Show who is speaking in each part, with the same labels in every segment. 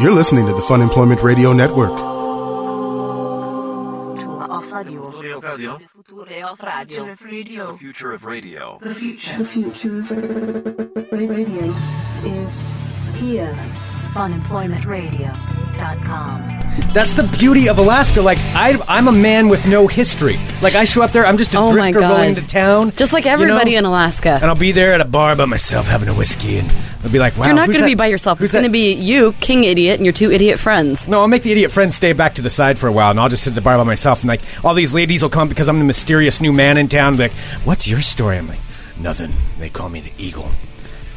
Speaker 1: You're listening to the Fun Employment Radio Network.
Speaker 2: Future of radio. The future of radio.
Speaker 3: The future of radio.
Speaker 2: The future.
Speaker 4: The future of radio is here.
Speaker 5: funemploymentradio.com.
Speaker 6: That's the beauty of Alaska. Like I, I'm a man with no history. Like I show up there, I'm just a
Speaker 7: Oh my
Speaker 6: drifter
Speaker 7: God.
Speaker 6: rolling to town,
Speaker 7: Just like everybody
Speaker 6: you know?
Speaker 7: in Alaska.
Speaker 6: And I'll be there at a bar by myself having a whiskey, and I'll be like, "Wow,
Speaker 7: You're not
Speaker 6: who's
Speaker 7: going to
Speaker 6: that-
Speaker 7: be by yourself.
Speaker 6: who's
Speaker 7: It's going to
Speaker 6: that-
Speaker 7: be you, King Idiot, and your two idiot friends.
Speaker 6: No, I'll make the idiot friend stay back to the side for a while, and I'll just sit at the bar by myself. And like, all these ladies will come because I'm the mysterious new man in town. Like, what's your story? I'm like, nothing. They call me the Eagle.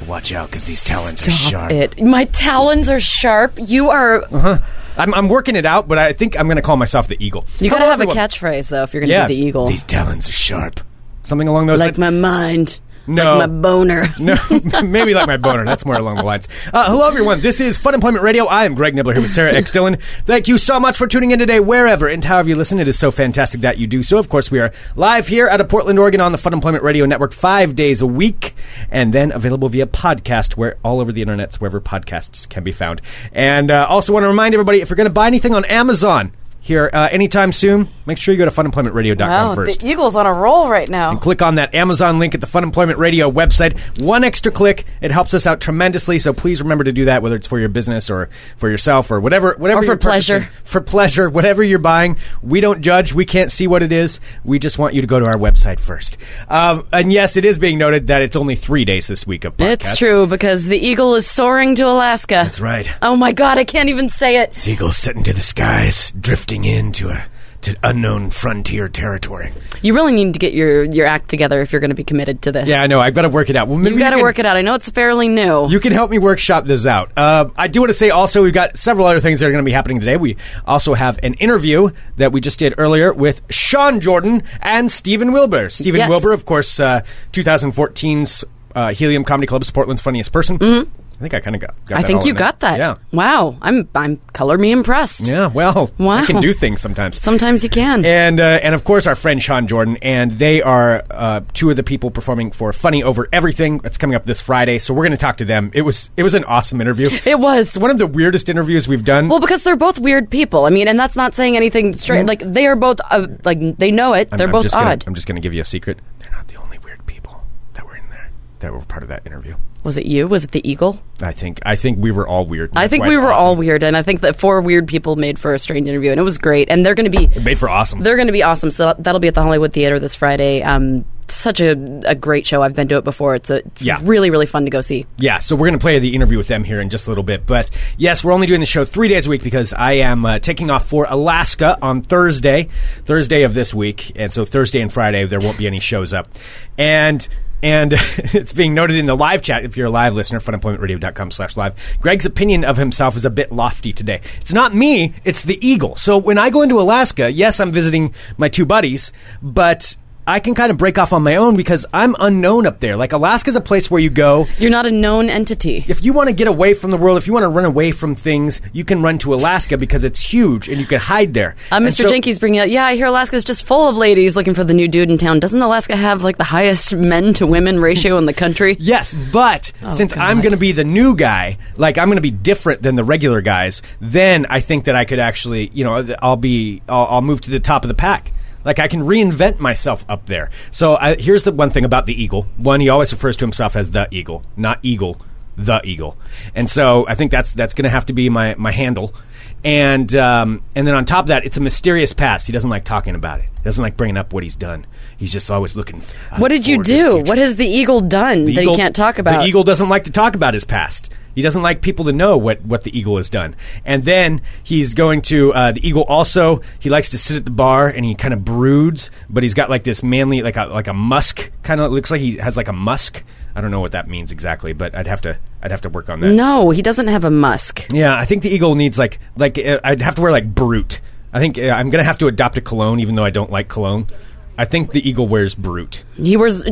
Speaker 6: Watch out, because these talons
Speaker 7: Stop
Speaker 6: are sharp.
Speaker 7: it. My talons are sharp. You are.
Speaker 6: I'm, I'm working it out, but I think I'm going to call myself the Eagle.
Speaker 7: You got to
Speaker 6: Hello,
Speaker 7: have a
Speaker 6: everyone.
Speaker 7: catchphrase, though, if you're going to
Speaker 6: Yeah,
Speaker 7: be the eagle.
Speaker 6: These talons are sharp. Something along those
Speaker 7: Like
Speaker 6: lines.
Speaker 7: my mind.
Speaker 6: No.
Speaker 7: Like my boner.
Speaker 6: no, maybe like my boner. That's more along the lines. Uh, hello, everyone. This is Fun Employment Radio. I am Greg Nibbler here with Sarah X. Dillon. Thank you so much for tuning in today, wherever and however you listen. It is so fantastic that you do so. Of course, we are live here out of Portland, Oregon on the Fun Employment Radio Network five days a week and then available via podcast where all over the internet, wherever podcasts can be found. And uh, also want to remind everybody if you're going to buy anything on Amazon here uh, anytime soon, make sure you go to funemploymentradio.com
Speaker 8: Wow,
Speaker 6: first.
Speaker 8: the Eagles on a roll right now.
Speaker 6: Click on that Amazon link at the Fun Employment Radio website. One extra click, it helps us out tremendously. So please remember to do that, whether it's for your business or for yourself or whatever, whatever
Speaker 7: Or for
Speaker 6: you're purchasing.
Speaker 7: pleasure.
Speaker 6: for pleasure, whatever you're buying. We don't judge. We can't see what it is. We just want you to go to our website first. Um, and yes, it is being noted that it's only three days this week of podcasts.
Speaker 7: It's true because the eagle is soaring to Alaska.
Speaker 6: That's right.
Speaker 7: Oh my god, I can't even say it.
Speaker 6: Seagulls setting to the skies, drifting into a to unknown frontier territory.
Speaker 7: You really need to get your your act together if you're going to be committed to this.
Speaker 6: Yeah, I know. I've got to work it out. Well, maybe
Speaker 7: You've got to
Speaker 6: can-
Speaker 7: work it out. I know it's fairly new.
Speaker 6: You can help me workshop this out. Uh, I do want to say also we've got several other things that are going to be happening today. We also have an interview that we just did earlier with Sean Jordan and Stephen Wilbur. Stephen
Speaker 7: Yes.
Speaker 6: Wilbur, of course, uh, 2014's uh, Helium Comedy Club's Portland's Funniest Person. Mm-hmm. I think I kind of got, got
Speaker 7: I
Speaker 6: that
Speaker 7: think
Speaker 6: all
Speaker 7: you
Speaker 6: in
Speaker 7: got that.
Speaker 6: there. Yeah.
Speaker 7: Wow. I'm I'm color me impressed.
Speaker 6: Yeah, well, I
Speaker 7: Wow.
Speaker 6: can do things sometimes.
Speaker 7: Sometimes you can.
Speaker 6: And uh, and of course our friend Sean Jordan, and they are uh, two of the people performing for Funny Over Everything. That's coming up this Friday, so we're going to talk to them. It was it was an awesome interview.
Speaker 7: It was.
Speaker 6: It's one of the weirdest interviews we've done.
Speaker 7: Well, because they're both weird people. I mean, and that's not saying anything straight. Like they are both uh, like they know it.
Speaker 6: Mm-hmm. I'm-
Speaker 7: they're
Speaker 6: I'm
Speaker 7: both
Speaker 6: just Gonna,
Speaker 7: odd.
Speaker 6: I'm just going to give you a secret. They're not the only weird people that were in there that were part of that interview.
Speaker 7: was it you? Was it the eagle?
Speaker 6: I think I think we were all weird.
Speaker 7: I think we were all weird, and I think that four weird people made for a strange interview, and it was great. And they're going to be
Speaker 6: Made for awesome.
Speaker 7: They're going to be awesome. So that'll be at the Hollywood Theater this Friday. Um, such a, a great show. I've been to it before. It's a
Speaker 6: Yeah.
Speaker 7: really really fun to go see.
Speaker 6: Yeah, so we're going to play the interview with them here in just a little bit. But yes, we're only doing the show three days a week because I am uh, taking off for Alaska on Thursday, Thursday of this week, and so Thursday and Friday there won't be any shows up, and. And it's being noted in the live chat if you're a live listener, funemploymentradio.com slash live. Greg's opinion of himself is a bit lofty today. It's not me, it's the eagle. So when I go into Alaska, yes, I'm visiting my two buddies, but I can kind of break off on my own because I'm unknown up there. Like Alaska's a place where you go
Speaker 7: You're not a known entity.
Speaker 6: if you want to get away from the world, if you want to run away from things, you can run to Alaska because it's huge and you can hide there.
Speaker 7: Uh,
Speaker 6: And
Speaker 7: Mr.
Speaker 6: so-
Speaker 7: Jenkins bringing up, yeah, I hear Alaska's just full of ladies looking for the new dude in town. Doesn't Alaska have like the highest men to women ratio in the country?
Speaker 6: Yes, but
Speaker 7: Oh,
Speaker 6: since I'm
Speaker 7: God.
Speaker 6: going to be the new guy, like I'm going to be different than the regular guys, then I think that I could actually, you know, th- I'll be, I'll, I'll move to the top of the pack. Like I can reinvent myself up there. So I, here's the one thing about the eagle. One, he always refers to himself as the eagle, not eagle, the eagle. And so I think that's that's going to have to be my my handle. And um, and then on top of that, it's a mysterious past. He doesn't like talking about it. He doesn't like bringing up what he's done. He's just always looking. uh,
Speaker 7: What did you
Speaker 6: forward to the
Speaker 7: do?
Speaker 6: future.
Speaker 7: What has the eagle done
Speaker 6: The
Speaker 7: that
Speaker 6: eagle-
Speaker 7: you can't talk about?
Speaker 6: The eagle doesn't like to talk about his past. He doesn't like people to know what, what the eagle has done. And then he's going to uh, the eagle. Also, he likes to sit at the bar and he kind of broods, but he's got like this manly, like a like a musk kind of looks like he has like a musk. I don't know what that means exactly, but I'd have to I'd have to work on that.
Speaker 7: no, he doesn't have a musk.
Speaker 6: Yeah, I think the eagle needs like like uh, I'd have to wear like brute. I think uh, I'm gonna have to adopt a cologne, even though I don't like cologne. I think the eagle wears brute.
Speaker 7: He wears.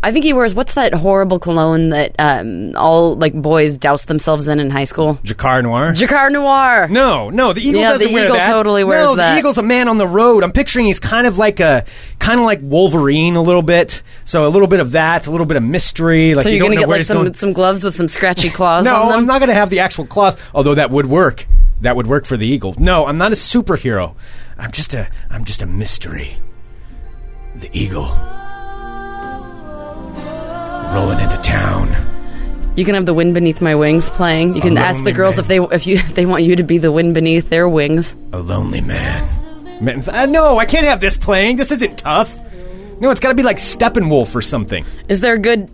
Speaker 7: I think he wears what's that horrible cologne that um, all like boys douse themselves in in high school?
Speaker 6: Jacquard Noir.
Speaker 7: Jacquard Noir.
Speaker 6: No, no, the eagle
Speaker 7: Yeah,
Speaker 6: doesn't
Speaker 7: the
Speaker 6: wear
Speaker 7: eagle
Speaker 6: that.
Speaker 7: totally wears
Speaker 6: no,
Speaker 7: that.
Speaker 6: the eagle's a man on the road. I'm picturing he's kind of like a, kind of like Wolverine a little bit. So a little bit of that, a little bit of mystery. Like
Speaker 7: So
Speaker 6: you
Speaker 7: you're gonna
Speaker 6: don't know
Speaker 7: get
Speaker 6: where
Speaker 7: like
Speaker 6: he's
Speaker 7: some
Speaker 6: going.
Speaker 7: some gloves with some scratchy claws
Speaker 6: No,
Speaker 7: on them.
Speaker 6: I'm not going to have the actual claws. Although that would work. That would work for the eagle. No, I'm not a superhero. I'm just a. I'm just a mystery. The eagle rolling into town.
Speaker 7: You can have the wind beneath my wings playing. You can
Speaker 6: A
Speaker 7: ask the
Speaker 6: lonely
Speaker 7: girls
Speaker 6: man.
Speaker 7: if they if you they want you to be the wind beneath their wings.
Speaker 6: A lonely man. man uh, no, I can't have this playing. This isn't tough. No, it's got to be like Steppenwolf or something.
Speaker 7: Is there a good?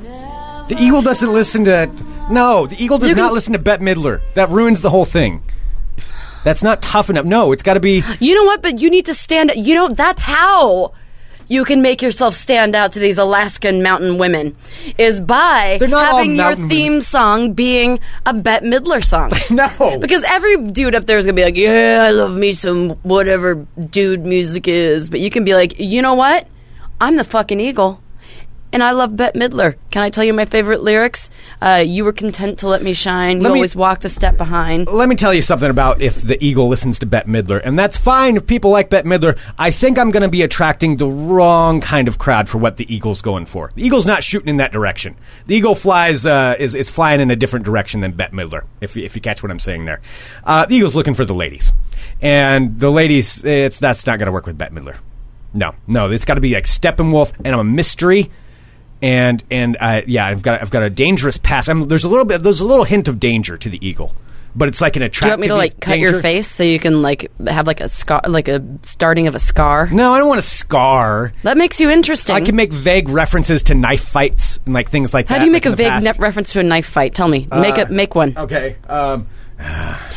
Speaker 6: The eagle doesn't listen to. No, the eagle does
Speaker 7: You can-
Speaker 6: not listen to Bette Midler. That ruins the whole thing. That's not tough enough. No, it's got to be.
Speaker 7: You know what? But you need to stand. You know that's how you can make yourself stand out to these Alaskan mountain women is by
Speaker 6: They're not all
Speaker 7: having your
Speaker 6: mountain
Speaker 7: theme
Speaker 6: women.
Speaker 7: song being a Bette Midler song.
Speaker 6: No.
Speaker 7: Because every dude up there is gonna be like, "Yeah, I love me some whatever dude music is," but you can be like, "You know what? I'm the fucking eagle." And I love Bette Midler. Can I tell you my favorite lyrics? Uh, you were content to let me shine.
Speaker 6: Let
Speaker 7: you
Speaker 6: me-
Speaker 7: always walked a step behind.
Speaker 6: Let me tell you something about if the eagle listens to Bette Midler, and that's fine if people like Bette Midler. I think I'm going to be attracting the wrong kind of crowd for what the eagle's going for. The eagle's not shooting in that direction. The eagle flies uh, is is flying in a different direction than Bette Midler. If you- if you catch what I'm saying there, uh, the eagle's looking for the ladies, and the ladies it's that's not going to work with Bette Midler. No, no, it's got to be like Steppenwolf, and I'm a mystery and and uh, yeah, I've got I've got a dangerous past. I'm, there's a little bit there's a little hint of danger to the eagle, but it's like an
Speaker 7: Do you
Speaker 6: attractive.
Speaker 7: want me to like cut
Speaker 6: danger.
Speaker 7: your face so you can like have like a scar, like a starting of a scar?
Speaker 6: No, I don't want a scar.
Speaker 7: That makes you interesting.
Speaker 6: I can make vague references to knife fights and like things like
Speaker 7: Mm-hmm. How
Speaker 6: that.
Speaker 7: do you make a
Speaker 6: like in the
Speaker 7: vague
Speaker 6: past. Uh,
Speaker 7: net reference to a knife fight? Tell me. make a make one.
Speaker 6: Okay. Um,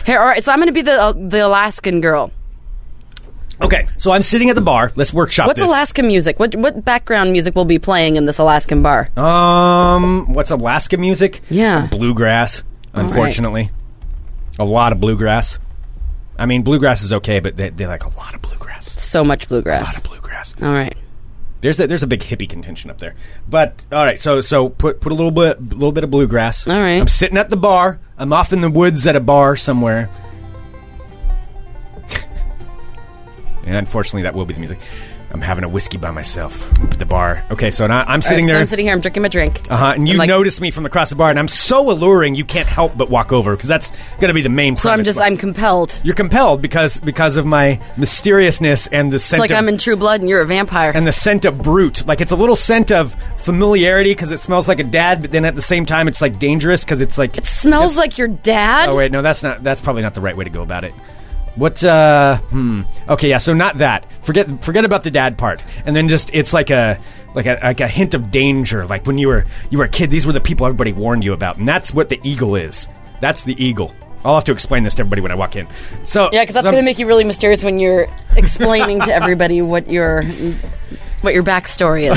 Speaker 7: Here, all right. So I'm gonna be the uh, the Alaskan girl.
Speaker 6: okay. So I'm sitting at the bar. Let's workshop
Speaker 7: What's
Speaker 6: this.
Speaker 7: Alaska music? What what background music will be playing in this Alaskan bar?
Speaker 6: Um, what's Alaska music?
Speaker 7: Yeah.
Speaker 6: bluegrass. Unfortunately, a lot of bluegrass. I mean, bluegrass is okay, but they, they like a lot of bluegrass.
Speaker 7: so much
Speaker 6: A lot
Speaker 7: bluegrass.
Speaker 6: of bluegrass.
Speaker 7: All right.
Speaker 6: There's a, there's a big hippie contention up there. But all right, so so put put a little bit little bit of bluegrass.
Speaker 7: All right.
Speaker 6: I'm sitting at the bar. I'm off in the woods at a bar somewhere. and unfortunately, that will be the music. I'm having a whiskey by myself at the bar. Okay, so now I'm sitting
Speaker 7: All right, so
Speaker 6: there.
Speaker 7: I'm sitting here. I'm drinking my drink.
Speaker 6: uh-huh, and you
Speaker 7: like-
Speaker 6: notice me from across the bar, and I'm so alluring, you can't help but walk over because that's going to be the main.
Speaker 7: so I'm just I'm compelled.
Speaker 6: You're compelled because because of my mysteriousness and the
Speaker 7: It's
Speaker 6: scent
Speaker 7: like
Speaker 6: of
Speaker 7: I'm in True Blood and you're a vampire.
Speaker 6: and the scent of brute. Like it's a little scent of familiarity because it smells like a dad, but then at the same time it's like dangerous because it's like.
Speaker 7: Smells like your dad.
Speaker 6: oh wait, no, that's not. That's probably not the right way to go about it. What? uh Hmm. Okay, yeah. So not that. Forget. Forget about the dad part, and then just it's like a like a like a hint of danger. Like when you were you were a kid, these were the people everybody warned you about, and that's what the eagle is. That's the eagle. I'll have to explain this to everybody when I walk in. So
Speaker 7: Yeah, because that's
Speaker 6: so-
Speaker 7: going to make you really mysterious when you're explaining to everybody what your what your backstory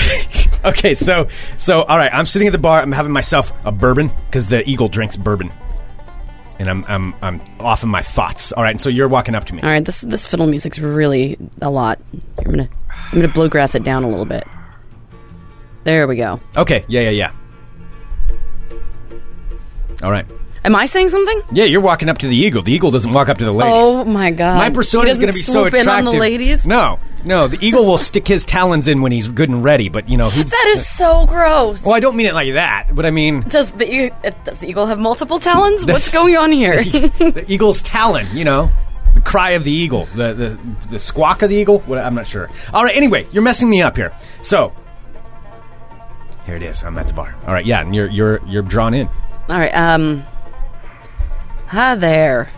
Speaker 7: is.
Speaker 6: Okay, so so all right, I'm sitting at the bar. I'm having myself a bourbon because the eagle drinks bourbon, and I'm I'm I'm off in my thoughts. All right, and so you're walking up to me.
Speaker 7: All right, this this fiddle music's really a lot. I'm gonna I'm gonna bluegrass it down a little bit. There we go.
Speaker 6: Okay, yeah, yeah, yeah. All right,
Speaker 7: Am I saying something?
Speaker 6: yeah, you're walking up to the eagle. The eagle doesn't walk up to the ladies.
Speaker 7: Oh my god!
Speaker 6: my persona
Speaker 7: He
Speaker 6: is going to
Speaker 7: doesn't
Speaker 6: be so
Speaker 7: swoop in
Speaker 6: attractive.
Speaker 7: on the ladies.
Speaker 6: No, no, the eagle will stick his talons in when he's good and ready. But you know, he,
Speaker 7: That is so gross.
Speaker 6: well, I don't mean it like that, but I mean.
Speaker 7: Does the e- uh, does the eagle have multiple talons? What's going on here?
Speaker 6: the eagle's talon, you know. The cry of the eagle, the, the the squawk of the eagle. What, I'm not sure. All right. Anyway, you're messing me up here. So here it is. I'm at the bar. All right. Yeah, and you're you're you're drawn in.
Speaker 7: All right. Um. Hi there.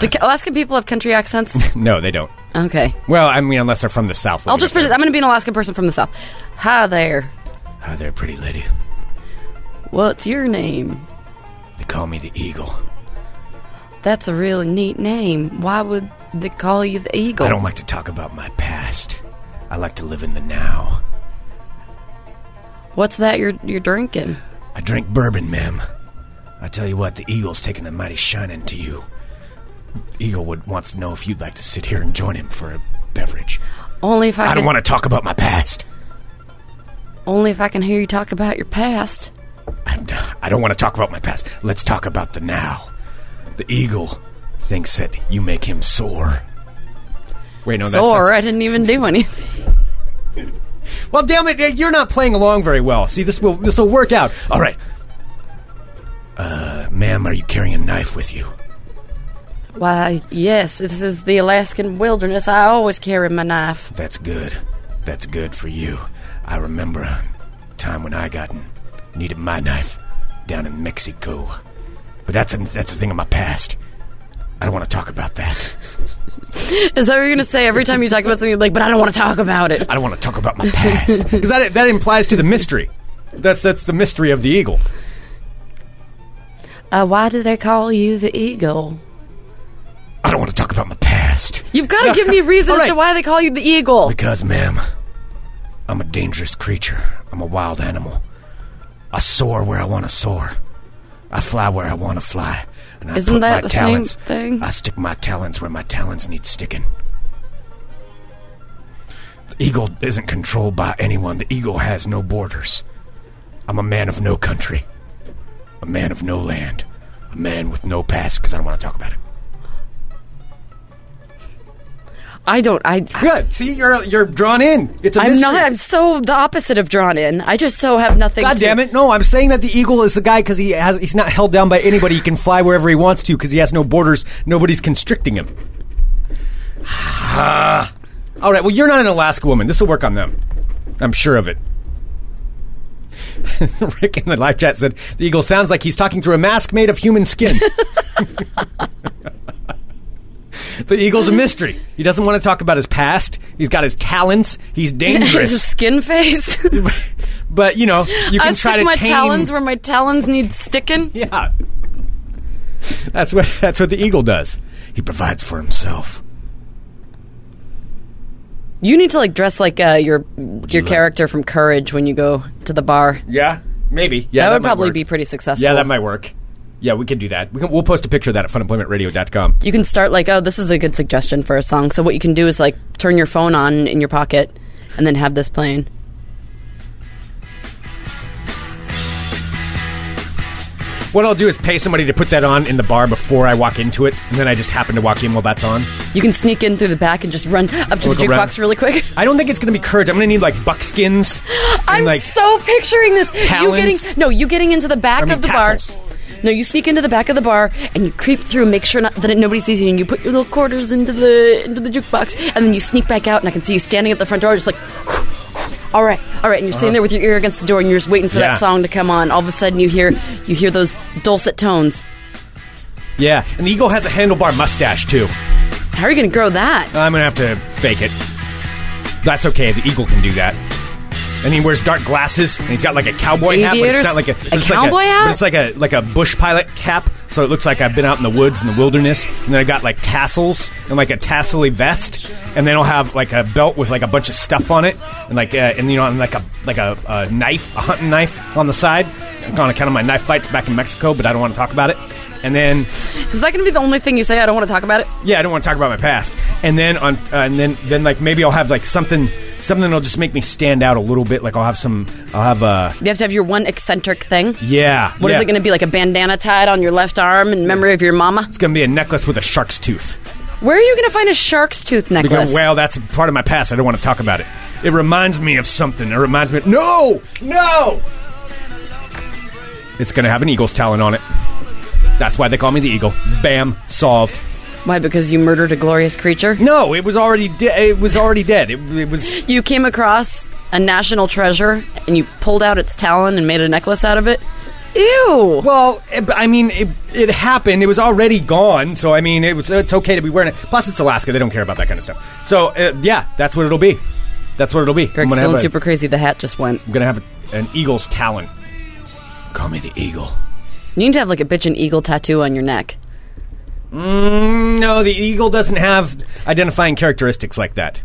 Speaker 7: Do Ca- Alaskan people have country accents?
Speaker 6: No, they don't.
Speaker 7: Okay.
Speaker 6: Well, I mean, unless they're from the south.
Speaker 7: I'll just pretend. I'm going to be an Alaskan person from the south. Hi there.
Speaker 6: Hi there, pretty lady.
Speaker 7: What's your name?
Speaker 6: They call me the eagle.
Speaker 7: That's a really neat name. Why would they call you the eagle?
Speaker 6: I don't like to talk about my past. I like to live in the now.
Speaker 7: What's that you're you're drinking?
Speaker 6: I drink bourbon, ma'am. I tell you what, the eagle's taking a mighty shine into you. Eagle would wants to know if you'd like to sit here and join him for a beverage.
Speaker 7: Only if I,
Speaker 6: I don't
Speaker 7: could-
Speaker 6: want to talk about my past.
Speaker 7: Only if I can hear you talk about your past.
Speaker 6: I'm- I don't want to talk about my past. Let's talk about the now. The eagle thinks that you make him soar. Wait, no, that's,
Speaker 7: Or
Speaker 6: that's
Speaker 7: I didn't even do anything.
Speaker 6: well. Damn it, you're not playing along very well. See, this will this will work out. All right. Uh, ma'am, are you carrying a knife with you?
Speaker 7: Why, yes, this is the Alaskan wilderness. I always carry my knife.
Speaker 6: That's good. That's good for you. I remember a time when I got and needed my knife down in Mexico. But that's a, that's a thing of my past. I don't want to talk about that.
Speaker 7: Is that what you're going to say every time you talk about something? You're like, but I don't want to talk about it.
Speaker 6: I don't want to talk about my past because that, that implies to the mystery. That's that's the mystery of the eagle.
Speaker 7: Uh, why do they call you the eagle?
Speaker 6: I don't want to talk about my past
Speaker 7: You've got to give me reasons
Speaker 6: All right.
Speaker 7: to why they call you the eagle.
Speaker 6: because, ma'am, I'm a dangerous creature. I'm a wild animal. I soar where I want to soar. I fly where I want to fly. And I
Speaker 7: Isn't
Speaker 6: put
Speaker 7: that
Speaker 6: my
Speaker 7: the same
Speaker 6: talents,
Speaker 7: thing?
Speaker 6: I stick my talons where my talons need sticking. The eagle isn't controlled by anyone. The eagle has no borders. I'm a man of no country, a man of no land, a man with no past because I don't want to talk about it.
Speaker 7: I don't. I. I
Speaker 6: Good. See, you're you're drawn in. It's a
Speaker 7: I'm not. I'm so the opposite of drawn in. I just so have nothing.
Speaker 6: God
Speaker 7: to,
Speaker 6: damn it! No, I'm saying that the eagle is the guy because he has he's not held down by anybody. He can fly wherever he wants to because he has no borders. Nobody's constricting him. Ah. All right. Well, you're not an Alaska woman. This will work on them. I'm sure of it. Rick in the live chat said the eagle sounds like he's talking through a mask made of human skin. the eagle's a mystery. He doesn't want to talk about his past. He's got his talents. He's
Speaker 7: His
Speaker 6: dangerous.
Speaker 7: skin face.
Speaker 6: but you know, you
Speaker 7: I
Speaker 6: can try
Speaker 7: stick
Speaker 6: to
Speaker 7: my
Speaker 6: tame
Speaker 7: talons where my talons need sticking.
Speaker 6: Yeah. That's what that's what the eagle does. He provides for himself.
Speaker 7: You need to like dress like uh, your your
Speaker 6: like-
Speaker 7: character from Courage when you go to the bar.
Speaker 6: Yeah, maybe. Yeah,
Speaker 7: that, would
Speaker 6: might
Speaker 7: probably
Speaker 6: work.
Speaker 7: be pretty successful.
Speaker 6: Yeah, that might work. Yeah, we could do that. We can, we'll post a picture of that at funemploymentradio.com.
Speaker 7: you can start like, oh, this is a good suggestion for a song. So what you can do is like turn your phone on in your pocket, and then have this playing.
Speaker 6: What I'll do is pay somebody to put that on in the bar before I walk into it, and then I just happen to walk in while that's on.
Speaker 7: You can sneak in through the back and just run up to
Speaker 6: Look
Speaker 7: the
Speaker 6: around.
Speaker 7: jukebox really quick.
Speaker 6: I don't think it's going to be courage. I'm going to need like buckskins.
Speaker 7: I'm
Speaker 6: and, like,
Speaker 7: so picturing this.
Speaker 6: talons?
Speaker 7: You getting no, you getting into the back
Speaker 6: I mean,
Speaker 7: of the
Speaker 6: tassels.
Speaker 7: bar. No, you sneak into the back of the bar and you creep through, make sure not, that nobody sees you, and you put your little quarters into the into the jukebox, and then you sneak back out, and I can see you standing at the front door, just like. All right, all right, and you're sitting there with your ear against the door, and you're just waiting for
Speaker 6: Uh-huh. Yeah.
Speaker 7: that song to come on. All of a sudden, you hear you hear those dulcet tones.
Speaker 6: Yeah, and the eagle has a handlebar mustache too.
Speaker 7: How are you going to grow that?
Speaker 6: I'm gonna have to fake it. That's okay. The eagle can do that. And he wears dark glasses, and he's got like a cowboy hat, but it's
Speaker 7: Aviators?
Speaker 6: not like a,
Speaker 7: A
Speaker 6: it's
Speaker 7: cowboy
Speaker 6: like a,
Speaker 7: hat?
Speaker 6: But it's like a like a bush pilot cap, so it looks like I've been out in the woods in the wilderness. And then I got like tassels and like a tassely vest, and then I'll have like a belt with like a bunch of stuff on it, and like uh, and you know and like a like a, a knife, a hunting knife on the side, on account of my knife fights back in Mexico, but I don't want to talk about it. And then
Speaker 7: Is that going to be the only thing you say? I don't want to talk about it.
Speaker 6: yeah, I don't want to talk about my past. And then on, uh, and then then like maybe I'll have like something something that'll just make me stand out a little bit. Like I'll have some, I'll have uh,
Speaker 7: You have to have your one eccentric thing.
Speaker 6: yeah.
Speaker 7: What is it going to be like a bandana tied on your left arm in memory of your mama?
Speaker 6: It's gonna be a necklace with a shark's tooth.
Speaker 7: Where are you going to find a shark's tooth necklace?
Speaker 6: Because well, that's part of my past. I don't want to talk about it. It reminds me of something. It reminds me. No, no. It's gonna have an eagle's talon on it. That's why they call me the eagle. Bam, solved.
Speaker 7: Why? Because you murdered a glorious creature.
Speaker 6: No, it was already de- it was already dead. It, it was
Speaker 7: You came across a national treasure and you pulled out its talon and made a necklace out of it. Ew.
Speaker 6: Well, it- I mean, it, it happened. It was already gone. So I mean, it was, it's okay to be wearing it. Plus, it's Alaska; they don't care about that kind of stuff. So uh, yeah, that's what it'll be. That's what it'll be. I'm
Speaker 7: Greg's
Speaker 6: gonna have,
Speaker 7: feeling
Speaker 6: a-
Speaker 7: super crazy. The hat just went.
Speaker 6: I'm gonna have a- an eagle's talon. Call me the eagle.
Speaker 7: You need to have like a bitchin' eagle tattoo on your neck.
Speaker 6: Mm, no, the eagle doesn't have identifying characteristics like that.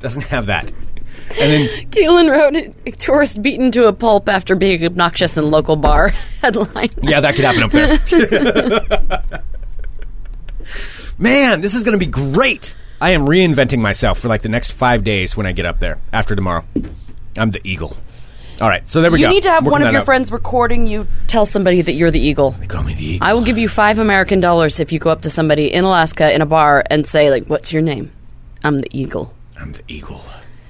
Speaker 6: Doesn't have that. And then
Speaker 7: Keelan wrote a tourist beaten to a pulp after being obnoxious in local bar headline.
Speaker 6: yeah, that could happen up there. Man, this is gonna be great. I am reinventing myself for like the next five days when I get up there after tomorrow. I'm the eagle. All right, so there we
Speaker 7: you
Speaker 6: go.
Speaker 7: need to have
Speaker 6: Working
Speaker 7: one of
Speaker 6: that
Speaker 7: your
Speaker 6: out.
Speaker 7: friends recording you tell somebody that you're the eagle.
Speaker 6: Call me the eagle.
Speaker 7: I will give you five American dollars if you go up to somebody in Alaska in a bar and say, like, what's your name? I'm the eagle.
Speaker 6: I'm the eagle.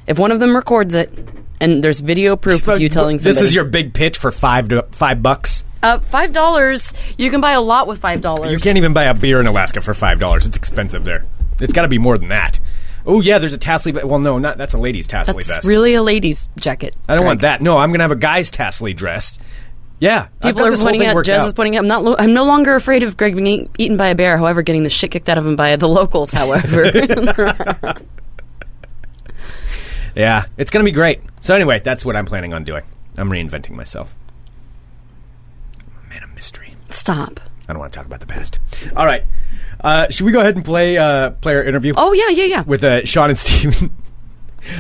Speaker 7: If one of them records it, and there's video proof of you telling somebody.
Speaker 6: This is your big pitch for five to, five bucks.
Speaker 7: Uh, five dollars. You can buy a lot with five dollars.
Speaker 6: You can't even buy a beer in Alaska for five dollars. It's expensive there. It's got to be more than that. Oh yeah, there's a tassel. Well, no, not that's a lady's tassel
Speaker 7: That's
Speaker 6: vest.
Speaker 7: really a lady's jacket.
Speaker 6: I don't want that. No, I'm gonna have a guy's tassel dressed. Yeah, I've
Speaker 7: People
Speaker 6: got
Speaker 7: are
Speaker 6: this whole
Speaker 7: pointing
Speaker 6: thing
Speaker 7: out.
Speaker 6: worked
Speaker 7: Jez
Speaker 6: out.
Speaker 7: is pointing out. I'm not. Lo- I'm no longer afraid of Greg being eat- eaten by a bear. However, getting the shit kicked out of him by the locals. However,
Speaker 6: Yeah, it's gonna be great. So anyway, that's what I'm planning on doing. I'm reinventing myself. I'm a man of mystery.
Speaker 7: stop.
Speaker 6: I don't want to talk about the past. All right, uh, should we go ahead and play uh, player interview?
Speaker 7: Oh yeah, yeah, yeah.
Speaker 6: with uh, Sean and Steven.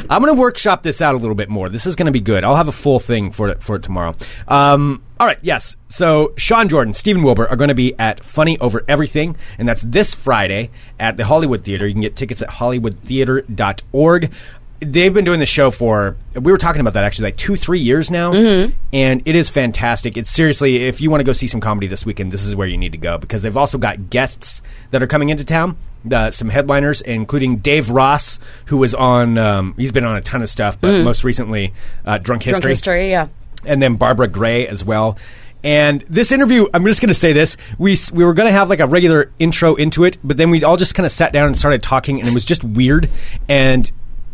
Speaker 6: I'm going to workshop this out a little bit more. This is going to be good. I'll have a full thing for it, for it tomorrow. Um, all right, yes. So Sean Jordan, Steven Wilbur are going to be at Funny Over Everything, and that's this Friday at the Hollywood Theater. You can get tickets at hollywoodtheater.org. They've been doing the show for, we were talking about that actually, like two, three years now. And it is fantastic. It's seriously, if you want to go see some comedy this weekend, this is where you need to go because they've also got guests that are coming into town uh, some headliners, including Dave Ross, who was on. Um, he's been on a ton of stuff, but most recently, uh, Drunk History,
Speaker 7: Mm. Drunk history. Yeah.
Speaker 6: and then Barbara Gray as well. And this interview, I'm just going to say this: we s- we were going to have like a regular intro into it, but then we all just kind of sat down and started talking, and it was just weird and